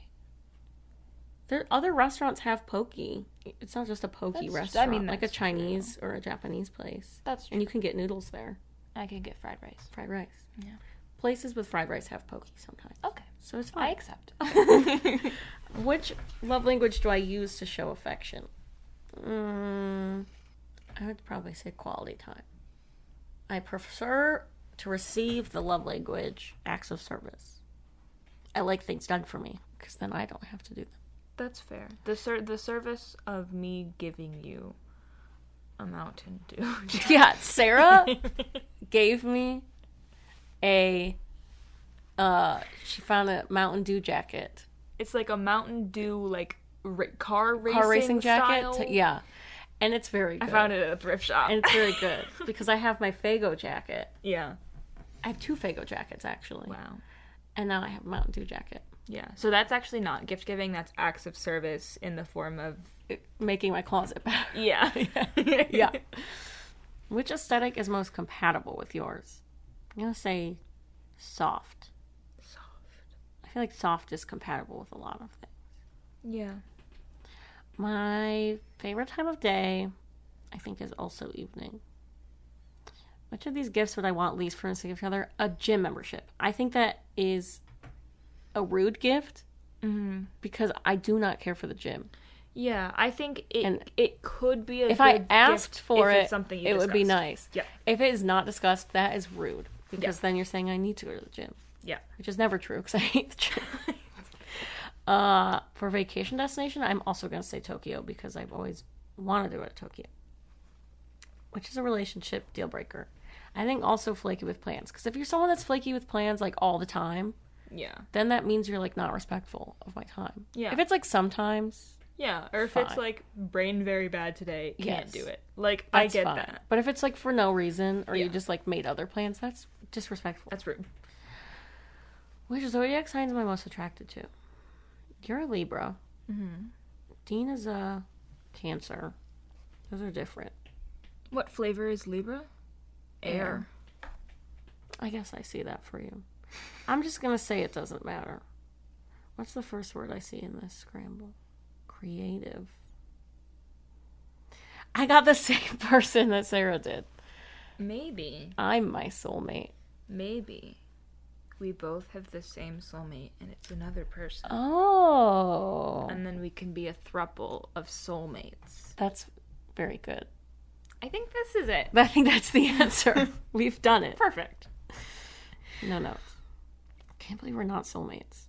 Speaker 2: There other restaurants have pokey. It's not just a pokey
Speaker 1: That's- I
Speaker 2: restaurant. I
Speaker 1: mean,
Speaker 2: mean, like a
Speaker 1: that's
Speaker 2: Chinese or a Japanese place.
Speaker 1: That's true.
Speaker 2: And you can get noodles there,
Speaker 1: I could get fried rice.
Speaker 2: fried rice.
Speaker 1: Yeah.
Speaker 2: Places with fried rice have pokey sometimes.
Speaker 1: Okay,
Speaker 2: So it's
Speaker 1: I
Speaker 2: fine.
Speaker 1: accept.
Speaker 2: Which love language do I use to show affection? Mm, I would probably say quality time. I prefer to receive the love language acts of service. I like things done for me because then I don't have to do them.
Speaker 1: That's fair. The ser- the service of me giving you a Mountain Dew.
Speaker 2: Yeah, Sarah gave me a. Uh, she found a Mountain Dew jacket,
Speaker 1: it's like a Mountain Dew like ra- car racing
Speaker 2: car racing jacket.
Speaker 1: style.
Speaker 2: Yeah, and it's very. Good.
Speaker 1: I found it at a thrift shop.
Speaker 2: and it's very good because I have my Fago jacket.
Speaker 1: yeah.
Speaker 2: I have two Fago jackets actually,
Speaker 1: Wow.
Speaker 2: and now I have a Mountain Dew jacket.
Speaker 1: Yeah. So that's actually not gift giving, that's acts of service in the form of
Speaker 2: It- making my closet better.
Speaker 1: Yeah.
Speaker 2: yeah. Which aesthetic is most compatible with yours? I'm gonna say soft.
Speaker 1: Soft.
Speaker 2: I feel like soft is compatible with a lot of things.
Speaker 1: Yeah.
Speaker 2: My favorite time of day, I think, is also evening. Which of these gifts would I want least for us to give each other? A gym membership. I think that is a rude gift
Speaker 1: Mhm.
Speaker 2: because I do not care for the gym.
Speaker 1: Yeah. I think it
Speaker 2: And
Speaker 1: it could be a
Speaker 2: If I
Speaker 1: good
Speaker 2: asked
Speaker 1: gift
Speaker 2: for
Speaker 1: if
Speaker 2: it,
Speaker 1: it's something you
Speaker 2: it would be
Speaker 1: discussed.
Speaker 2: nice.
Speaker 1: Yeah.
Speaker 2: If it is not discussed, that is rude because
Speaker 1: Yeah.
Speaker 2: then you're saying I need to go to the gym,
Speaker 1: Yeah.
Speaker 2: which is never true because I hate the gym. uh, for vacation destination, I'm also going to say Tokyo because I've always wanted to go to Tokyo, which is a relationship deal breaker. I think also flaky with plans because if you're someone that's flaky with plans like all the time,
Speaker 1: Yeah.
Speaker 2: then that means you're like not respectful of my time.
Speaker 1: Yeah.
Speaker 2: If it's like sometimes,
Speaker 1: Yeah. Or if it's
Speaker 2: Fine.
Speaker 1: like brain very bad today, can't
Speaker 2: Yes.
Speaker 1: do it. Like I
Speaker 2: that's
Speaker 1: get
Speaker 2: fine.
Speaker 1: that.
Speaker 2: But if it's like for no reason or
Speaker 1: Yeah.
Speaker 2: you just like made other plans, that's disrespectful.
Speaker 1: That's rude.
Speaker 2: Which zodiac sign am I most attracted to? You're a Libra. Mm-hmm. Dean is a Cancer. Those are different.
Speaker 4: What flavor is Libra? Air.
Speaker 2: I guess I see that for you. I'm just gonna say it doesn't matter. What's the first word I see in this scramble? Creative. I got the same person that Sarah did.
Speaker 4: Maybe.
Speaker 2: I'm my soulmate.
Speaker 4: Maybe. We both have the same soulmate and it's another person.
Speaker 2: Oh,
Speaker 4: And then we can be a thruple of soulmates.
Speaker 2: that's very good.
Speaker 4: I think this is it.
Speaker 2: I think that's the answer. We've done it.
Speaker 4: Perfect.
Speaker 2: No, no. Can't believe we're not soulmates.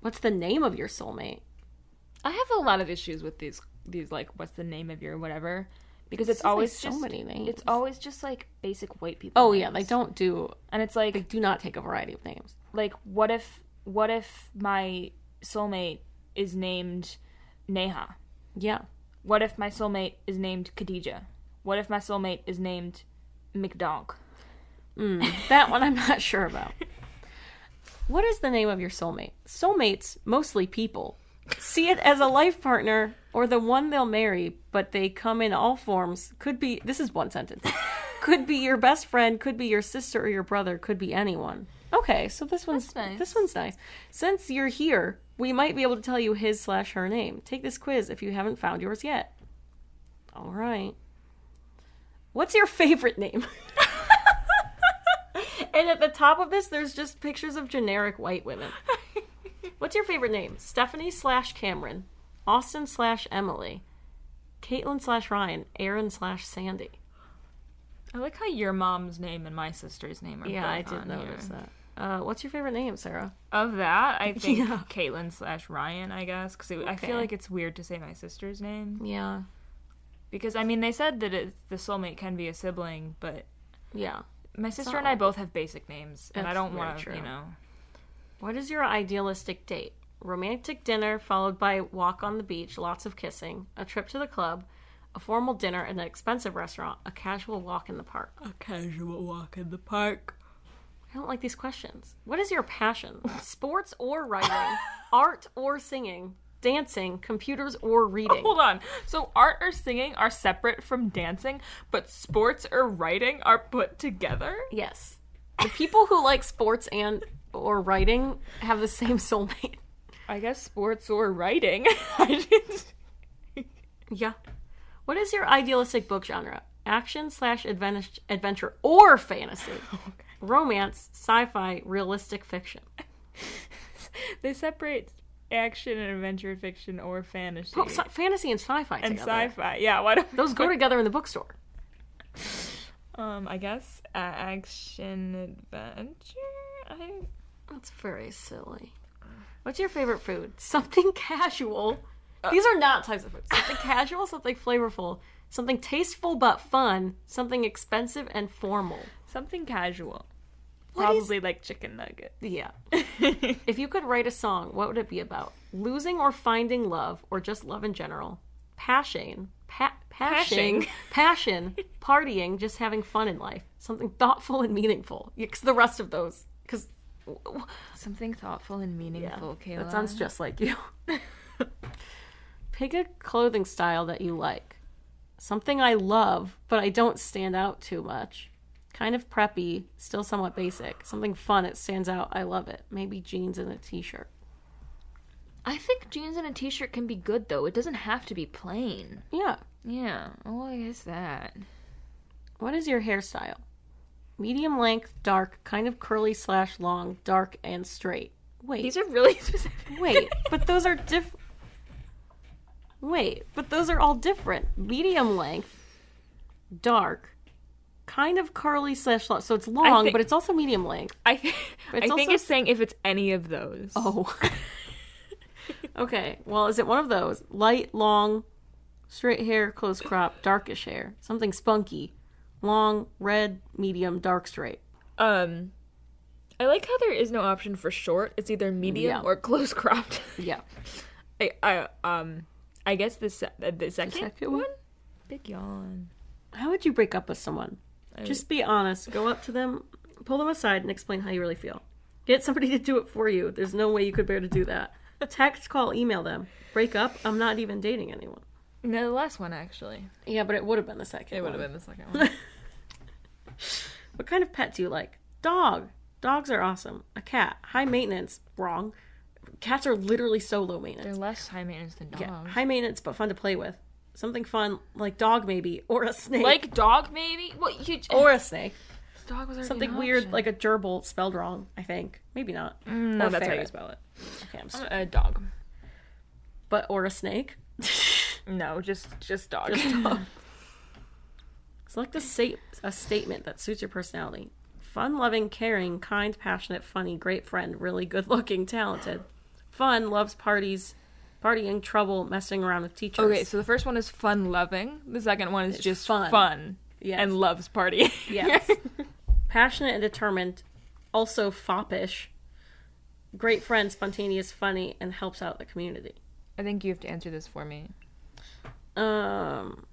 Speaker 2: What's the name of your soulmate?
Speaker 4: I have a lot of issues with these these like what's the name of your whatever because it's
Speaker 2: is, like,
Speaker 4: always
Speaker 2: so
Speaker 4: just,
Speaker 2: many names.
Speaker 4: It's always just like basic white people.
Speaker 2: Oh yeah, they
Speaker 4: names.
Speaker 2: don't do.
Speaker 4: And it's like
Speaker 2: They do not take a variety of names.
Speaker 4: like what if what if my soulmate is named Neha?
Speaker 2: Yeah,
Speaker 4: What if my soulmate is named Khadija? What if my soulmate is named McDonk?
Speaker 2: that one I'm not sure about. What is the name of your soulmate? Soulmates, mostly people, see it as a life partner or the one they'll marry, but they come in all forms. Could be, this is one sentence. Could be your best friend, could be your sister or your brother, could be anyone. Okay, so this one's
Speaker 4: That's nice.
Speaker 2: this one's nice. Since you're here, we might be able to tell you his slash her name. Take this quiz if you haven't found yours yet. All right. What's your favorite name? and at the top of this, there's just pictures of generic white women. What's your favorite name? Stephanie slash Cameron, Austin slash Emily, Caitlin slash Ryan, Aaron slash Sandy.
Speaker 4: I like how your mom's name and my sister's name are
Speaker 2: Yeah,
Speaker 4: both
Speaker 2: I did
Speaker 4: on
Speaker 2: notice
Speaker 4: here.
Speaker 2: that. Uh, what's your favorite name, Sarah?
Speaker 4: Of that, I think
Speaker 2: Yeah.
Speaker 4: Caitlin slash Ryan, I guess, because I
Speaker 2: Okay.
Speaker 4: feel like it's weird to say my sister's name
Speaker 2: Yeah,
Speaker 4: because I mean they said that it, the soulmate can be a sibling, but
Speaker 2: yeah.
Speaker 4: my sister and I both have basic names, and I
Speaker 2: That's
Speaker 4: don't
Speaker 2: very
Speaker 4: want to,
Speaker 2: true.
Speaker 4: you know.
Speaker 2: What is your idealistic date? Romantic dinner followed by walk on the beach, lots of kissing, a trip to the club, a formal dinner at an expensive restaurant, a casual walk in the park.
Speaker 4: A casual walk in the park.
Speaker 2: I don't like these questions. What is your passion? Sports or writing? art or singing? Dancing, computers or reading?
Speaker 4: Hold on. So art or singing are separate from dancing, but sports or writing are put together.
Speaker 2: Yes. The people who like sports and or writing have the same soulmate.
Speaker 4: I guess sports or writing. I didn't.
Speaker 2: Yeah. What is your idealistic book genre? Action slash advent- adventure or fantasy? Romance, sci-fi, realistic fiction.
Speaker 4: They separate action and adventure fiction or fantasy
Speaker 2: Put Oh, sci- fantasy and sci-fi
Speaker 4: and
Speaker 2: together.
Speaker 4: sci-fi. Yeah, why don't
Speaker 2: Those go together in the bookstore.
Speaker 4: Um, I guess uh, action adventure. I
Speaker 2: That's very silly. What's your favorite food? Something casual. These are not types of food. Something casual, something flavorful, something tasteful but fun, something expensive and formal.
Speaker 4: something casual.
Speaker 2: What is-
Speaker 4: Probably like chicken nugget.
Speaker 2: Yeah. If you could write a song, what would it be about? Losing or finding love, or just love in general? Passion, pa- passion, passion, partying, just having fun in life. Something thoughtful and meaningful. Because the rest of those, because
Speaker 4: something thoughtful and meaningful, Kayla.
Speaker 2: that sounds just like you. Pick a clothing style that you like. Something I love, but I don't stand out too much. Kind of preppy, still somewhat basic. Something fun, it stands out, I love it. Maybe jeans and a t shirt.
Speaker 4: I think jeans and a t-shirt can be good though. It doesn't have to be plain.
Speaker 2: Yeah.
Speaker 4: Yeah. Oh, I guess that.
Speaker 2: What is your hairstyle? Medium length, dark, kind of curly slash long, dark and straight. Wait.
Speaker 4: These are really specific.
Speaker 2: Wait, but those are diff. Wait, but those are all different. Medium length, dark, kind of curly slash long. So it's long,
Speaker 4: think-
Speaker 2: but it's also medium length.
Speaker 4: I think
Speaker 2: It's
Speaker 4: I think
Speaker 2: also-
Speaker 4: it's saying if it's any of those.
Speaker 2: Oh. okay. Well, is it one of those light, long, straight hair, close crop, darkish hair, something spunky, long, red, medium, dark, straight?
Speaker 4: Um, I like how there is no option for short. It's either medium
Speaker 2: Mm, Yeah.
Speaker 4: or close cropped.
Speaker 2: Yeah.
Speaker 4: I, I um, I guess the se- uh, the second,
Speaker 2: second one?
Speaker 4: Big yawn.
Speaker 2: How would you break up with someone? Just be honest. Go up to them, pull them aside, and explain how you really feel. Get somebody to do it for you. There's no way you could bear to do that. Text, call, email them. Break up. I'm not even dating anyone.
Speaker 1: No, the last one actually.
Speaker 2: Yeah, but it would have been the second.
Speaker 4: It would have
Speaker 2: one.
Speaker 4: been the second one.
Speaker 2: What kind of pet do you like? Dog. Dogs are awesome. A cat. High maintenance. Wrong. Cats are literally so low
Speaker 1: They're
Speaker 2: maintenance.
Speaker 1: less high maintenance than dogs.
Speaker 2: Yeah, high maintenance but fun to play with. Something fun like dog maybe or a snake.
Speaker 1: Like dog, maybe. What you?
Speaker 2: or a snake.
Speaker 1: dog was already
Speaker 2: Something
Speaker 1: an
Speaker 2: weird
Speaker 1: option.
Speaker 2: like a Mm, gerbil spelled wrong. I think maybe not.
Speaker 1: no,
Speaker 2: or
Speaker 1: that's how you
Speaker 2: ferret.
Speaker 1: spell it.
Speaker 2: Okay, I'm s-
Speaker 1: A dog.
Speaker 2: Uh, but or a snake.
Speaker 1: No, just just dog.
Speaker 2: Select a, state, a statement that suits your personality. Fun, loving, caring, kind, passionate, funny, great friend, really good looking, talented. Fun, loves parties, partying, trouble, messing around with teachers.
Speaker 4: okay, so the first one is fun loving. The second one is
Speaker 2: It's
Speaker 4: just
Speaker 2: fun.
Speaker 4: fun,
Speaker 2: Yes.
Speaker 4: and loves party.
Speaker 2: Yes. passionate and determined, also foppish. Great friend, spontaneous, funny, and helps out the community.
Speaker 4: I think you have to answer this for me.
Speaker 2: Um,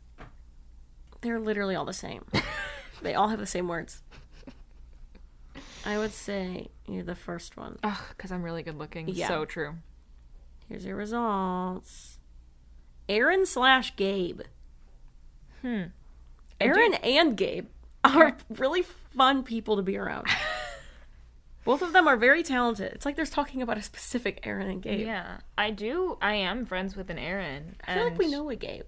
Speaker 2: they're literally all the same. they all have the same words. I would say you're the first one.
Speaker 4: Ugh, because I'm really good looking.
Speaker 2: Yeah.
Speaker 4: So true.
Speaker 2: Here's your results. Aaron slash Gabe.
Speaker 1: Hmm.
Speaker 2: Aaron and Gabe are really fun people to be around. Both of them are very talented. It's like they're talking about a specific Aaron and Gabe.
Speaker 1: yeah, I do. I am friends with an Aaron.
Speaker 2: I feel like we know a Gabe.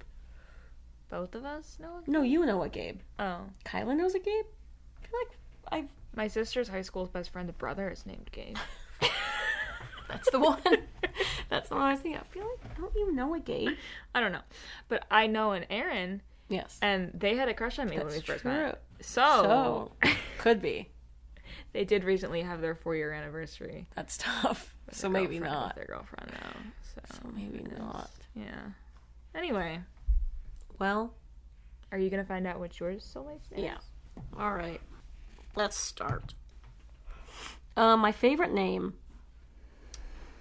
Speaker 1: both of us know.
Speaker 2: No, you know a Gabe.
Speaker 1: Oh,
Speaker 2: Kyla knows a Gabe. I feel like I.
Speaker 1: my sister's high school's best friend, the brother, is named Gabe.
Speaker 2: That's the one. That's the one I was thinking. I feel like don't you know a Gabe?
Speaker 1: I don't know, but I know an Aaron,
Speaker 2: Yes.
Speaker 1: and they had a crush on me when we
Speaker 2: That's
Speaker 1: first
Speaker 2: true.
Speaker 1: met. So,
Speaker 2: So could be.
Speaker 1: they did recently have their four-year anniversary.
Speaker 2: That's tough. So
Speaker 1: Their
Speaker 2: maybe
Speaker 1: girlfriend-
Speaker 2: not.
Speaker 1: their girlfriend now. So,
Speaker 2: Maybe not.
Speaker 1: yeah. Anyway,
Speaker 2: Well,
Speaker 1: are you gonna find out what yours soulmate's name?
Speaker 2: Yeah. All right. Let's start. Uh, my favorite name.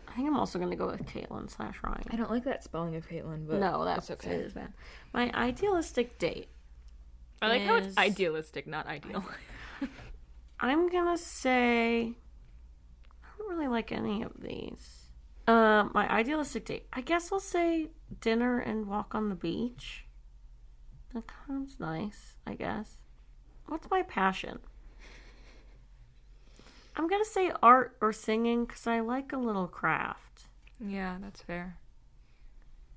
Speaker 2: I think I'm also going to go with Caitlin slash
Speaker 1: I
Speaker 2: Ryan.
Speaker 1: don't like that spelling of Caitlin, but
Speaker 2: No, that's
Speaker 1: it's okay.
Speaker 2: Is bad. My idealistic date.
Speaker 4: I like how
Speaker 2: Is-
Speaker 4: it's idealistic, not ideal.
Speaker 2: I'm going to say. I don't really like any of these. Uh, my idealistic date. I guess I'll say dinner and walk on the beach. That sounds nice, I guess. What's my passion? I'm gonna say art or singing because I like a little craft.
Speaker 4: yeah, that's fair.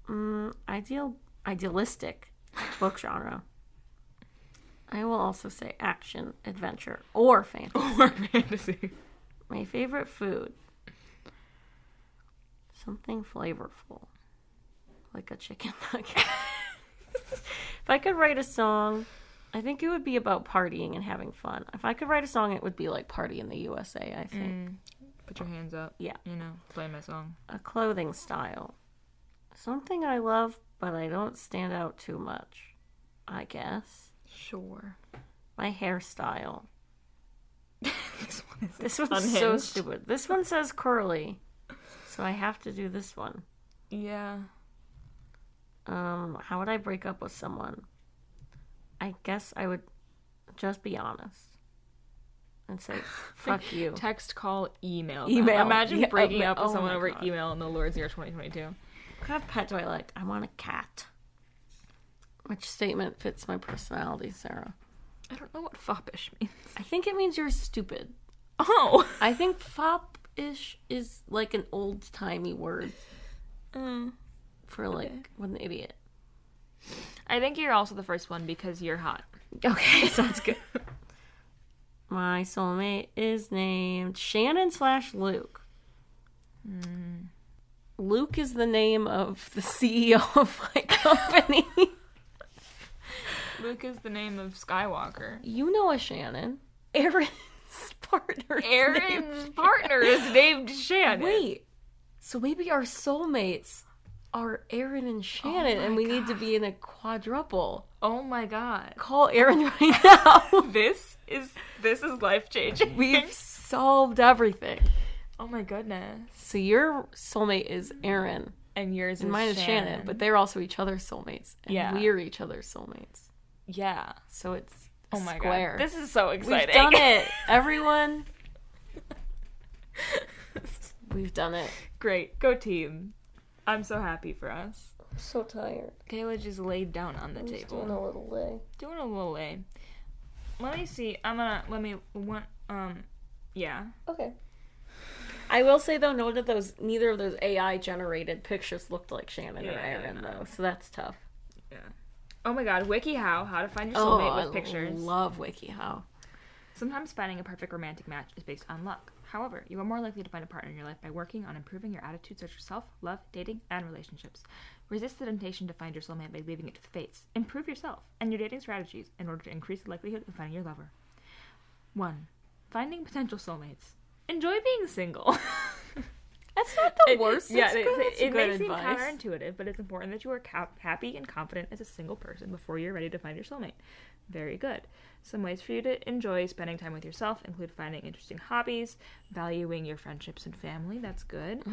Speaker 2: Mm, ideal, idealistic book genre. I will also say action, adventure, or fantasy.
Speaker 4: Or fantasy.
Speaker 2: My favorite food. Something flavorful. Like a chicken nugget. if I could write a song, I think it would be about partying and having fun. If I could write a song, it would be like Party in the USA, I think.
Speaker 4: Put your hands up.
Speaker 2: Yeah.
Speaker 4: You know, play my song.
Speaker 2: A clothing style. Something I love, but I don't stand out too much. I guess.
Speaker 4: Sure.
Speaker 2: My hairstyle.
Speaker 4: this one is
Speaker 2: This one's so
Speaker 4: Unhinged.
Speaker 2: stupid. This one says curly, so I have to do this one.
Speaker 4: Yeah.
Speaker 2: Um, how would I break up with someone? I guess I would just be honest and say, fuck you.
Speaker 4: Text, call, email.
Speaker 2: Email.
Speaker 4: Email. Imagine
Speaker 2: Yeah,
Speaker 4: breaking
Speaker 2: oh my-
Speaker 4: up with
Speaker 2: oh
Speaker 4: someone
Speaker 2: my
Speaker 4: over
Speaker 2: God.
Speaker 4: email in the Lord's year 2022.
Speaker 2: What kind of pet do I like? I want a cat. Which statement fits my personality, Sarah?
Speaker 4: I don't know what foppish means.
Speaker 2: I think it means you're stupid.
Speaker 4: Oh.
Speaker 2: I think fop ish is like an old timey word Mm. for like what an idiot.
Speaker 1: I think you're also the first one because you're hot.
Speaker 2: Okay, sounds good. My soulmate is named Shannon slash Luke. Mm. Luke is the name of the CEO of my company.
Speaker 4: Luke is the name of Skywalker.
Speaker 2: you know a Shannon. Aaron's partner. is named-
Speaker 4: Aaron's partner is named Shannon.
Speaker 2: Wait. So maybe our soulmates are Aaron and Shannon, and we need to be in a quadruple.
Speaker 4: Oh my god.
Speaker 2: Call Aaron right now.
Speaker 4: This is this is life changing.
Speaker 2: We've solved everything.
Speaker 4: Oh my goodness.
Speaker 2: So your soulmate is Aaron.
Speaker 4: And yours
Speaker 2: and mine is Shannon. but they're also each other's soulmates, and
Speaker 4: Yeah.
Speaker 2: we're each other's soulmates.
Speaker 4: yeah.
Speaker 2: So it's
Speaker 4: Oh my
Speaker 2: square.
Speaker 4: god. This is so
Speaker 2: we've
Speaker 4: exciting.
Speaker 2: done it, everyone. we've done it.
Speaker 4: Great. Go team. I'm so happy for us.
Speaker 5: I'm so tired.
Speaker 4: Kayla just laid down on the
Speaker 5: I'm just
Speaker 4: table.
Speaker 5: doing a little lay.
Speaker 4: doing a little lay. Let me see. I'm gonna let me one. Um, yeah.
Speaker 5: Okay.
Speaker 2: I will say though, note that those neither of those AI generated pictures looked like Shannon or
Speaker 4: Yeah,
Speaker 2: Aaron
Speaker 4: no.
Speaker 2: though, so that's tough.
Speaker 4: Oh my God, WikiHow: How to Find Your Soulmate with
Speaker 2: Oh, I
Speaker 4: Pictures.
Speaker 2: love WikiHow.
Speaker 4: Sometimes finding a perfect romantic match is based on luck. However, you are more likely to find a partner in your life by working on improving your attitudes towards yourself, love, dating, and relationships. Resist the temptation to find your soulmate by leaving it to the fates. Improve yourself and your dating strategies in order to increase the likelihood of finding your lover. 1. Finding potential soulmates. Enjoy being single.
Speaker 2: That's not the
Speaker 4: It-
Speaker 2: worst.
Speaker 4: Yeah,
Speaker 2: That's
Speaker 4: it,
Speaker 2: good-
Speaker 4: it,
Speaker 2: that's
Speaker 4: it
Speaker 2: good
Speaker 4: may seem
Speaker 2: advice.
Speaker 4: counterintuitive, but it's important that you are cap- happy and confident as a single person before you're ready to find your soulmate. Very good. Some ways for you to enjoy spending time with yourself include finding interesting hobbies, valuing your friendships and family. That's good.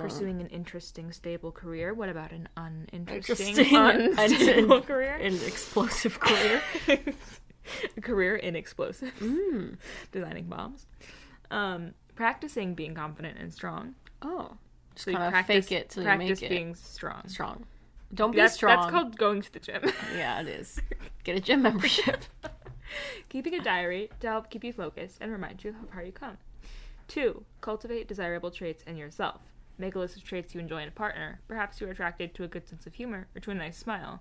Speaker 4: Pursuing an interesting, stable career. What about an uninteresting,
Speaker 2: Interesting and-
Speaker 4: unstable career?
Speaker 2: An explosive career.
Speaker 4: a career in explosives,
Speaker 2: Hmm.
Speaker 4: designing bombs, um, practicing being confident and strong.
Speaker 2: oh, just
Speaker 4: So you
Speaker 2: kind of
Speaker 4: practice,
Speaker 2: fake it till you
Speaker 4: practice
Speaker 2: make it.
Speaker 4: being strong.
Speaker 2: strong. Don't
Speaker 4: That's,
Speaker 2: be strong.
Speaker 4: that's called going to the gym.
Speaker 2: Yeah, it is. Get a gym membership.
Speaker 4: Keeping a diary to help keep you focused and remind you how far you come. Two, cultivate desirable traits in yourself. Make a list of traits you enjoy in a partner. Perhaps you are attracted to a good sense of humor or to a nice smile.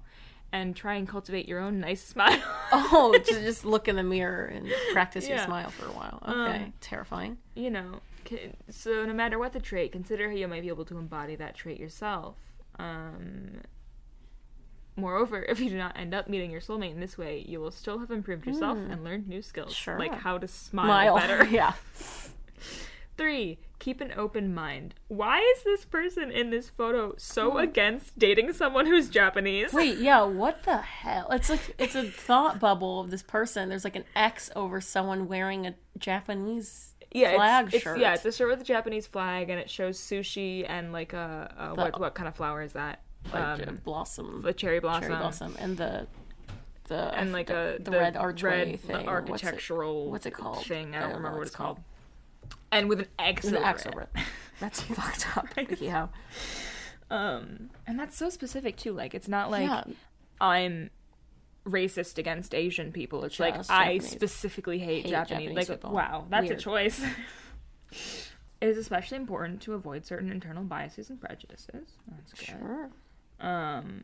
Speaker 4: And try and cultivate your own nice smile.
Speaker 2: oh, just, just look in the mirror and practice your Um,
Speaker 4: Yeah.
Speaker 2: smile for a while. Okay, terrifying.
Speaker 4: you know, c- so no matter what the trait, consider how you might be able to embody that trait yourself. Um, moreover, if you do not end up meeting your soulmate in this way, you will still have improved yourself and learned new skills,
Speaker 2: Hmm. Sure.
Speaker 4: like how to smile
Speaker 2: Smile.
Speaker 4: better.
Speaker 2: yeah.
Speaker 4: Three, keep an open mind. Why is this person in this photo
Speaker 2: Hmm.
Speaker 4: so against dating someone who's Japanese?
Speaker 2: Wait, yeah, what the hell? It's like it's a thought bubble of this person. There's like an X over someone wearing a Japanese
Speaker 4: yeah,
Speaker 2: flag
Speaker 4: it's,
Speaker 2: shirt.
Speaker 4: It's, yeah, it's a shirt with a Japanese flag, and it shows sushi and like a, a what
Speaker 2: The-
Speaker 4: what kind of flower is that?
Speaker 2: like,
Speaker 4: Um,
Speaker 2: a blossom,
Speaker 4: the cherry blossom.
Speaker 2: cherry blossom, and the the
Speaker 4: and like
Speaker 2: the,
Speaker 4: a
Speaker 2: the, red archway
Speaker 4: red, the
Speaker 2: thing. What's it-
Speaker 4: architectural
Speaker 2: what's it called?
Speaker 4: thing. I
Speaker 2: I
Speaker 4: don't,
Speaker 2: don't know
Speaker 4: remember
Speaker 2: what
Speaker 4: what
Speaker 2: it's
Speaker 4: it's called. And with an X
Speaker 2: An
Speaker 4: over
Speaker 2: X
Speaker 4: it.
Speaker 2: over it. That's fucked up. Yeah.
Speaker 4: Um, and that's so specific too. Like it's not like
Speaker 2: yeah.
Speaker 4: I'm racist against Asian people. It's like
Speaker 2: Just
Speaker 4: I
Speaker 2: Japanese.
Speaker 4: specifically hate,
Speaker 2: Hate
Speaker 4: Japanese.
Speaker 2: Japanese
Speaker 4: like
Speaker 2: people.
Speaker 4: wow, that's
Speaker 2: Weird.
Speaker 4: a choice. it is especially important to avoid certain internal biases and prejudices. That's good.
Speaker 2: Sure.
Speaker 4: Um,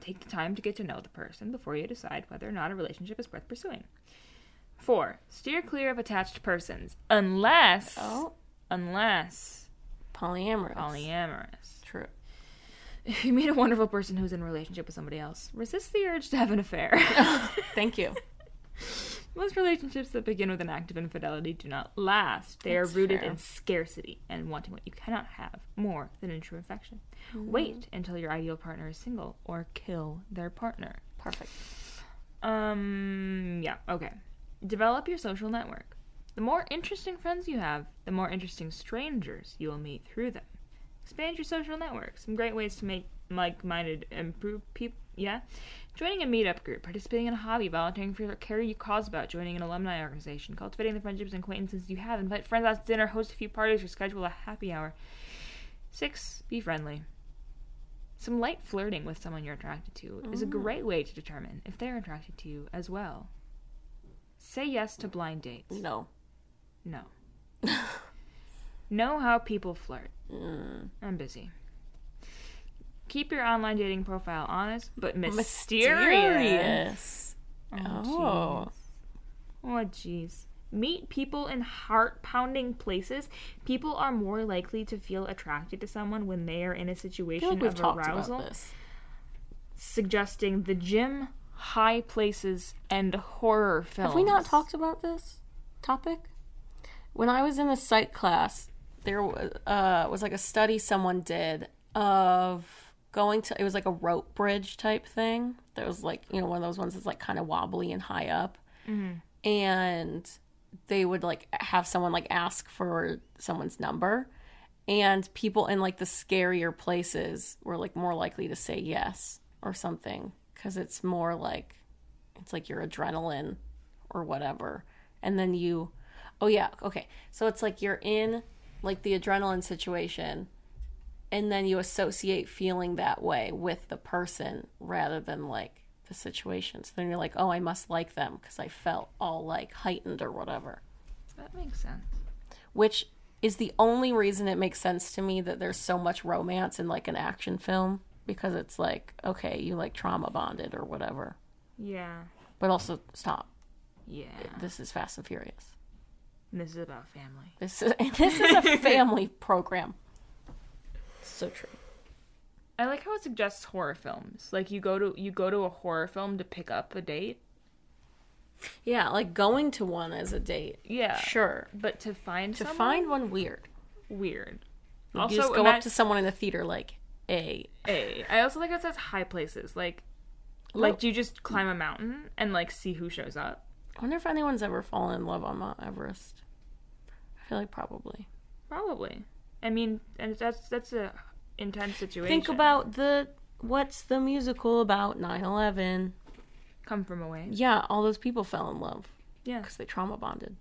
Speaker 4: take the time to get to know the person before you decide whether or not a relationship is worth pursuing. Four, steer clear of attached persons unless
Speaker 2: Oh,
Speaker 4: unless
Speaker 2: polyamorous.
Speaker 4: polyamorous.
Speaker 2: True.
Speaker 4: If you meet a wonderful person who's in a relationship with somebody else, resist the urge to have an affair.
Speaker 2: Thank you.
Speaker 4: Most relationships that begin with an act of infidelity do not last. They
Speaker 2: That's
Speaker 4: are rooted
Speaker 2: fair.
Speaker 4: in scarcity and wanting what you cannot have more than in true affection. Wait until your ideal partner is single or kill their partner.
Speaker 2: Perfect.
Speaker 4: Um, yeah, okay. Develop your social network. The more interesting friends you have, the more interesting strangers you will meet through them. Expand your social network. Some great ways to make like-minded, improve people. Yeah, joining a meetup group, participating in a hobby, volunteering for your care you cause about, joining an alumni organization, cultivating the friendships and acquaintances you have, invite friends out to dinner, host a few parties, or schedule a happy hour. Six, be friendly. Some light flirting with someone you're attracted to is a great way to determine if they're attracted to you as well. Say yes to blind dates.
Speaker 2: No.
Speaker 4: No. know how people flirt.
Speaker 2: Mm.
Speaker 4: I'm busy. Keep your online dating profile honest but mysterious.
Speaker 2: Mysterious.
Speaker 4: Oh,
Speaker 2: Oh.
Speaker 4: Oh, jeez. Meet people in heart pounding places. People are more likely to feel attracted to someone when they are in a
Speaker 2: I feel
Speaker 4: situation
Speaker 2: like we've
Speaker 4: of
Speaker 2: talked
Speaker 4: arousal
Speaker 2: about this.
Speaker 4: suggesting the gym, high places, and horror films.
Speaker 2: Have we not talked about this topic? When I was in a psych class, there was, uh, was like a study someone did of going to, it was like a rope bridge type thing. That was like, you know, one of those ones that's like kind of wobbly and high up. And they would like have someone like ask for someone's number. And people in like the scarier places were like more likely to say yes or something because it's more like, it's like your adrenaline or whatever and then you oh yeah okay so it's like you're in like the adrenaline situation and then you associate feeling that way with the person rather than like the situation. So then you're like, oh, I must like them because I felt all like heightened or whatever.
Speaker 4: That makes sense.
Speaker 2: Which is the only reason it makes sense to me that there's so much romance in like an action film because it's like, okay, you like trauma bonded or whatever.
Speaker 4: Yeah.
Speaker 2: But also, stop.
Speaker 4: Yeah.
Speaker 2: This is Fast and Furious.
Speaker 4: And this is about family.
Speaker 2: This is this is a family program. So true.
Speaker 4: I like how it suggests horror films. Like you go to you go to a horror film to pick up a date.
Speaker 2: Yeah, like going to one as a date. Uh,
Speaker 4: Yeah.
Speaker 2: Sure.
Speaker 4: But to find
Speaker 2: To
Speaker 4: someone?
Speaker 2: find one weird.
Speaker 4: weird.
Speaker 2: You
Speaker 4: Also,
Speaker 2: just go
Speaker 4: ima-
Speaker 2: up to someone in the theater like, hey,
Speaker 4: A. I also like how it says high places. Like,
Speaker 2: Well-
Speaker 4: like do you just climb a mountain and like see who shows up?
Speaker 2: I wonder if anyone's ever fallen in love on Mount Everest. I feel like probably.
Speaker 4: Probably. I mean, and that's that's a intense situation.
Speaker 2: Think about the what's the musical about 9/11?
Speaker 4: come from away.
Speaker 2: Yeah, all those people fell in love
Speaker 4: Yeah.
Speaker 2: because they trauma bonded.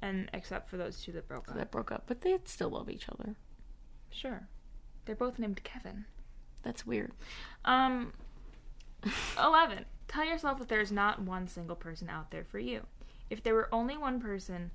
Speaker 4: And except for those two that broke up.
Speaker 2: That broke up, but they still love each other.
Speaker 4: Sure. They're both named Kevin.
Speaker 2: That's weird.
Speaker 4: Um, 11. Tell yourself that there's not one single person out there for you. If there were only one person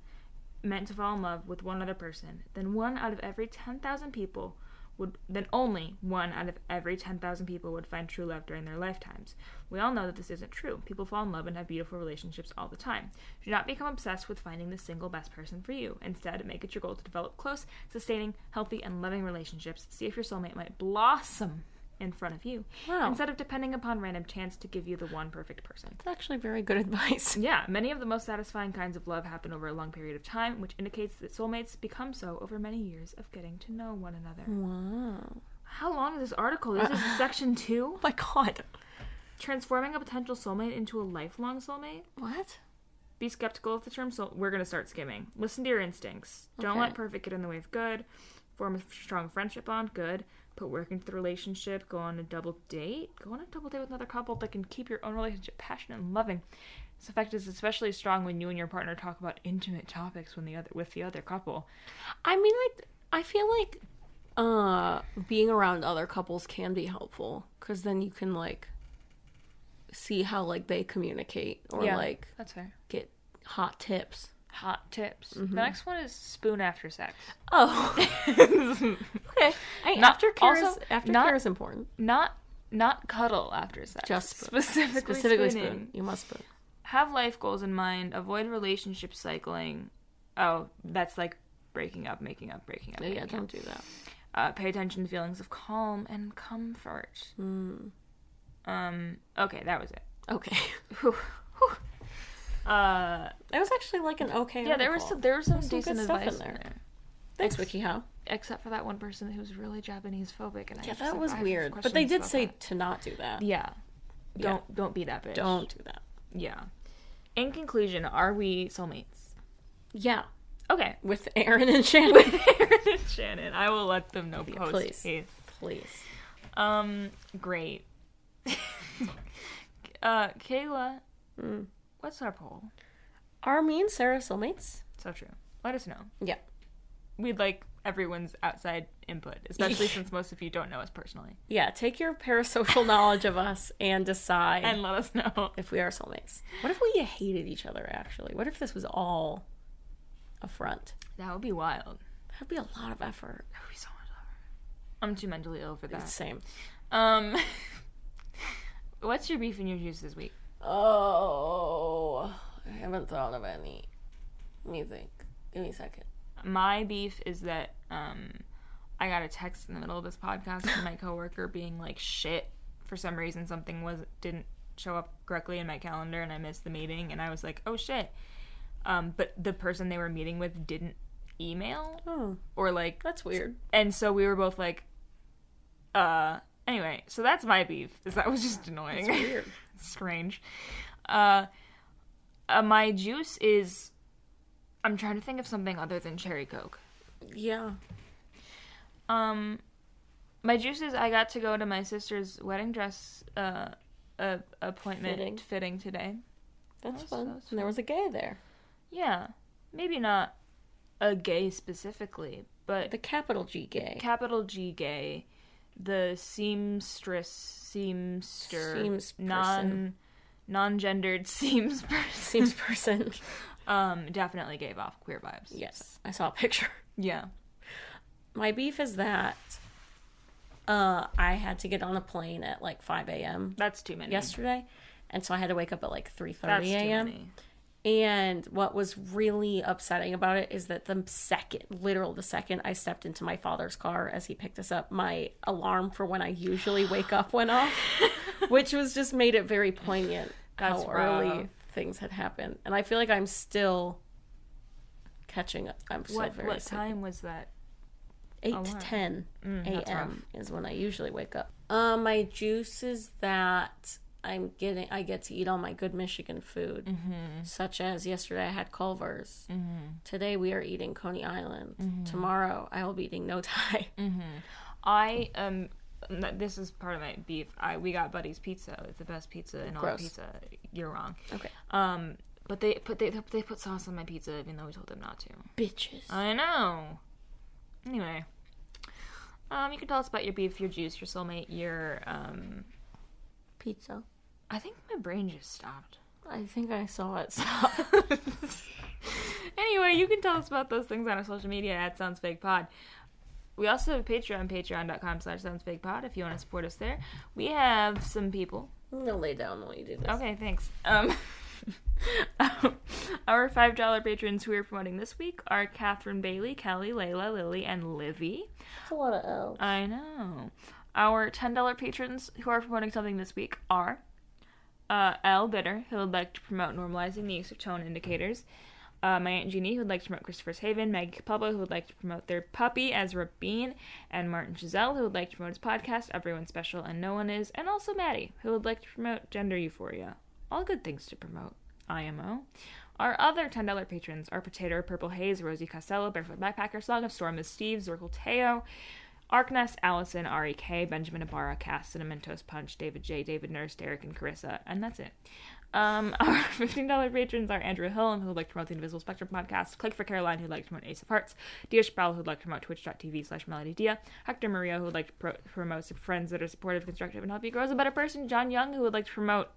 Speaker 4: meant to fall in love with one other person, then one out of every 10,000 people would, then only one out of every 10,000 people would find true love during their lifetimes. We all know that this isn't true. People fall in love and have beautiful relationships all the time. Do not become obsessed with finding the single best person for you. Instead, make it your goal to develop close, sustaining, healthy, and loving relationships. See if your soulmate might blossom in front of you
Speaker 2: Wow.
Speaker 4: instead of depending upon random chance to give you the one perfect person.
Speaker 2: It's actually very good advice.
Speaker 4: Yeah, many of the most satisfying kinds of love happen over a long period of time, which indicates that soulmates become so over many years of getting to know one another.
Speaker 2: Hmm. Wow.
Speaker 4: How long is this article? This is section two.
Speaker 2: Oh my god.
Speaker 4: Transforming a potential soulmate into a lifelong soulmate?
Speaker 2: What?
Speaker 4: Be skeptical of the term soul. We're going to start skimming. Listen to your instincts. Don't
Speaker 2: Okay.
Speaker 4: let perfect get in the way of good. Form a strong friendship bond. Good. Put work into the relationship. Go on a double date. Go on a double date with another couple that can keep your own relationship passionate and loving. This effect is especially strong when you and your partner talk about intimate topics when the other with the other couple.
Speaker 2: I mean, like, I feel like uh being around other couples can be helpful because then you can like see how like they communicate or
Speaker 4: Yeah.
Speaker 2: like
Speaker 4: That's fair.
Speaker 2: get hot tips.
Speaker 4: Hot tips.
Speaker 2: Mm-hmm.
Speaker 4: The next one is spoon after sex.
Speaker 2: Oh, okay. I,
Speaker 4: Not-
Speaker 2: aftercare
Speaker 4: also,
Speaker 2: is aftercare
Speaker 4: not-
Speaker 2: is important.
Speaker 4: Not not cuddle after sex.
Speaker 2: Just spoon.
Speaker 4: specifically
Speaker 2: Specifically, spoon.
Speaker 4: spooning.
Speaker 2: You must spoon.
Speaker 4: have life goals in mind, avoid relationship cycling. Oh, that's like breaking up, making up, breaking up.
Speaker 2: Yeah,
Speaker 4: making up.
Speaker 2: don't do that.
Speaker 4: Uh, pay attention to feelings of calm and comfort.
Speaker 2: Hmm.
Speaker 4: Um, okay, that was it.
Speaker 2: Okay,
Speaker 4: Whew. Whew. Uh,
Speaker 2: that was actually like an okay.
Speaker 4: yeah, there was
Speaker 2: article.
Speaker 4: some, there was some,
Speaker 2: There's some
Speaker 4: decent
Speaker 2: good stuff
Speaker 4: advice
Speaker 2: in
Speaker 4: in there.
Speaker 2: there. Thanks, WikiHow.
Speaker 4: except for that one person who was really Japanese phobic, and I
Speaker 2: Yeah,
Speaker 4: just,
Speaker 2: that
Speaker 4: like,
Speaker 2: was
Speaker 4: I have
Speaker 2: weird, but
Speaker 4: questions
Speaker 2: they did
Speaker 4: about
Speaker 2: say
Speaker 4: that.
Speaker 2: to not do that.
Speaker 4: yeah,
Speaker 2: Yeah.
Speaker 4: don't don't be that bitch.
Speaker 2: Don't do that.
Speaker 4: Yeah. In conclusion, are we soulmates?
Speaker 2: Yeah,
Speaker 4: Okay,
Speaker 2: with Aaron and Shannon.
Speaker 4: Aaron and Shannon. I will let them know post
Speaker 2: please.
Speaker 4: haste.
Speaker 2: Please.
Speaker 4: Um, great. uh, Kayla,
Speaker 2: Mm.
Speaker 4: what's our poll?
Speaker 2: Are me and Sarah soulmates?
Speaker 4: So true. Let us know.
Speaker 2: Yeah.
Speaker 4: We'd like everyone's outside input, especially since most of you don't know us personally.
Speaker 2: Yeah, take your parasocial knowledge of us and decide
Speaker 4: And let us know.
Speaker 2: if we are soulmates. What if we hated each other, actually? What if this was all a front?
Speaker 4: That would be wild.
Speaker 2: That'd be a lot of effort.
Speaker 4: That would be so much lover. I'm too mentally ill for that.
Speaker 2: Same.
Speaker 4: Um, what's your beef and your juice this week?
Speaker 2: Oh, I haven't thought of any. Let me think. Give me a second.
Speaker 4: my beef is that um, I got a text in the middle of this podcast from my coworker being like, "Shit!" For some reason, something was didn't show up correctly in my calendar, and I missed the meeting. And I was like, "Oh shit!" Um, but the person they were meeting with didn't email
Speaker 2: Oh,
Speaker 4: or like,
Speaker 2: that's weird.
Speaker 4: and so we were both like, "Uh." Anyway, so that's my beef. Is that was just annoying.
Speaker 2: That's weird.
Speaker 4: strange. Uh, uh, my juice is. I'm trying to think of something other than cherry coke.
Speaker 2: yeah.
Speaker 4: Um, my juices. I got to go to my sister's wedding dress uh, uh appointment
Speaker 2: Fitting.
Speaker 4: fitting, today.
Speaker 2: That's
Speaker 4: That was-
Speaker 2: fun.
Speaker 4: that was
Speaker 2: And there was a guy there.
Speaker 4: Yeah, maybe not a gay specifically, but
Speaker 2: The capital G gay.
Speaker 4: capital G gay, the seamstress, seamster,
Speaker 2: Seams person.
Speaker 4: non non-gendered seams person,
Speaker 2: Seems person.
Speaker 4: um, definitely gave off queer vibes.
Speaker 2: yes, I saw a picture.
Speaker 4: Yeah.
Speaker 2: My beef is that uh, I had to get on a plane at like 5 a.m.
Speaker 4: That's too many.
Speaker 2: yesterday, and so I had to wake up at like 3:30
Speaker 4: That's too
Speaker 2: a.m.
Speaker 4: many.
Speaker 2: And what was really upsetting about it is that the second, literal the second I stepped into my father's car as he picked us up, my alarm for when I usually wake up went off, which was just made it very poignant
Speaker 4: That's
Speaker 2: how early
Speaker 4: rough.
Speaker 2: things had happened. And I feel like I'm still catching up. I'm still
Speaker 4: What
Speaker 2: very
Speaker 4: what
Speaker 2: sick.
Speaker 4: time was that?
Speaker 2: Eight
Speaker 4: wow.
Speaker 2: to ten
Speaker 4: Mm, that's
Speaker 2: a.m. is when I usually wake up. Uh, my juice is that I'm getting. I get to eat all my good Michigan food,
Speaker 4: Mm-hmm.
Speaker 2: such as yesterday I had Culver's. Today we are eating Coney Island.
Speaker 4: Mm-hmm.
Speaker 2: Tomorrow I will be eating No Tie.
Speaker 4: I um n- this is part of my beef. I we got Buddy's Pizza. It's the best pizza in all of
Speaker 2: Gross.
Speaker 4: pizza. You're wrong.
Speaker 2: Okay,
Speaker 4: Um but they put they they put sauce on my pizza even though we told them not to.
Speaker 2: bitches.
Speaker 4: I know. Anyway. Um you can tell us about your beef, your juice, your soulmate, your um
Speaker 2: Pizza.
Speaker 4: I think my brain just stopped.
Speaker 2: I think I saw it. Stop.
Speaker 4: anyway, you can tell us about those things on our social media at Sounds Fake Pod. We also have a Patreon, patreon.com slash Sounds Fake Pod if you want to support us there. We have some people
Speaker 2: I'm gonna lay down while you do this.
Speaker 4: Okay, thanks. Um, our five dollar patrons who we are promoting this week are Catherine Bailey, Kelly, Layla, Lily, and Livy.
Speaker 2: That's a lot of L.
Speaker 4: I know. Our ten dollar patrons who are promoting something this week are uh, Al Bitter, who would like to promote normalizing the use of tone indicators. Uh, my aunt Jeannie, who would like to promote Christopher's Haven, Maggie Capalbo, who would like to promote their puppy Ezra Bean, and Martin Giselle, who would like to promote his podcast Everyone's Special and No One Is, and also Maddie, who would like to promote Gender Euphoria. All good things to promote. IMO. Our other $10 patrons are Potato, Purple Haze, Rosie Costello, Barefoot Backpacker, Song of Storm is Steve, Zorkel Teo, Arkness, Allison, R.E.K., Benjamin Ibarra, Cass, Cinnamon Toast Punch, David J., David Nurse, Derek, and Carissa. And that's it. Um, our $15 patrons are Andrew Hill, who would like to promote the Invisible Spectrum podcast, Click for Caroline, who would like to promote Ace of Hearts, Dia Chappelle, who would like to promote twitch.tv slash melodydia, Hector Maria, who would like to pro- promote some friends that are supportive, constructive, and help you grow as a better person, John Young, who would like to promote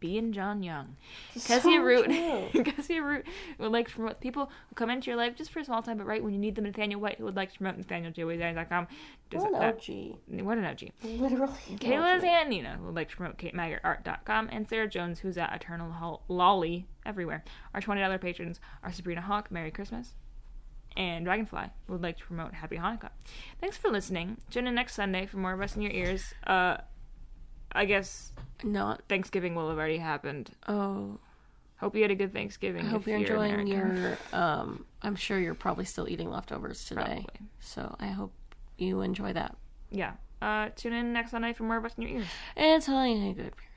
Speaker 4: being John Young. Cassie
Speaker 2: so
Speaker 4: Root.
Speaker 2: true.
Speaker 4: Cassie Root would like to promote people who come into your life just for a small time, but right when you need them. Nathaniel White, who would like to promote NathanielJWizard.com. Does
Speaker 2: What an
Speaker 4: that-
Speaker 2: OG.
Speaker 4: What an OG.
Speaker 2: Literally. an
Speaker 4: Kayla's
Speaker 2: OG.
Speaker 4: and Nina, who would like to promote KateMaggerArt.com, and Sarah Jones, who's at Eternal Hol- Lolly everywhere. Our $20 patrons are Sabrina Hawk, Merry Christmas, and Dragonfly, who would like to promote Happy Hanukkah. Thanks for listening. Tune in next Sunday for more of us in your ears. Uh, I guess
Speaker 2: Not.
Speaker 4: Thanksgiving will have already happened.
Speaker 2: Oh.
Speaker 4: Hope you had a good Thanksgiving.
Speaker 2: I hope
Speaker 4: if
Speaker 2: you're enjoying
Speaker 4: American.
Speaker 2: your. Um, I'm sure you're probably still eating leftovers today.
Speaker 4: Probably.
Speaker 2: So I hope you enjoy that.
Speaker 4: Yeah. Uh, tune in next Sunday for more of us in your ears.
Speaker 2: It's only a good period.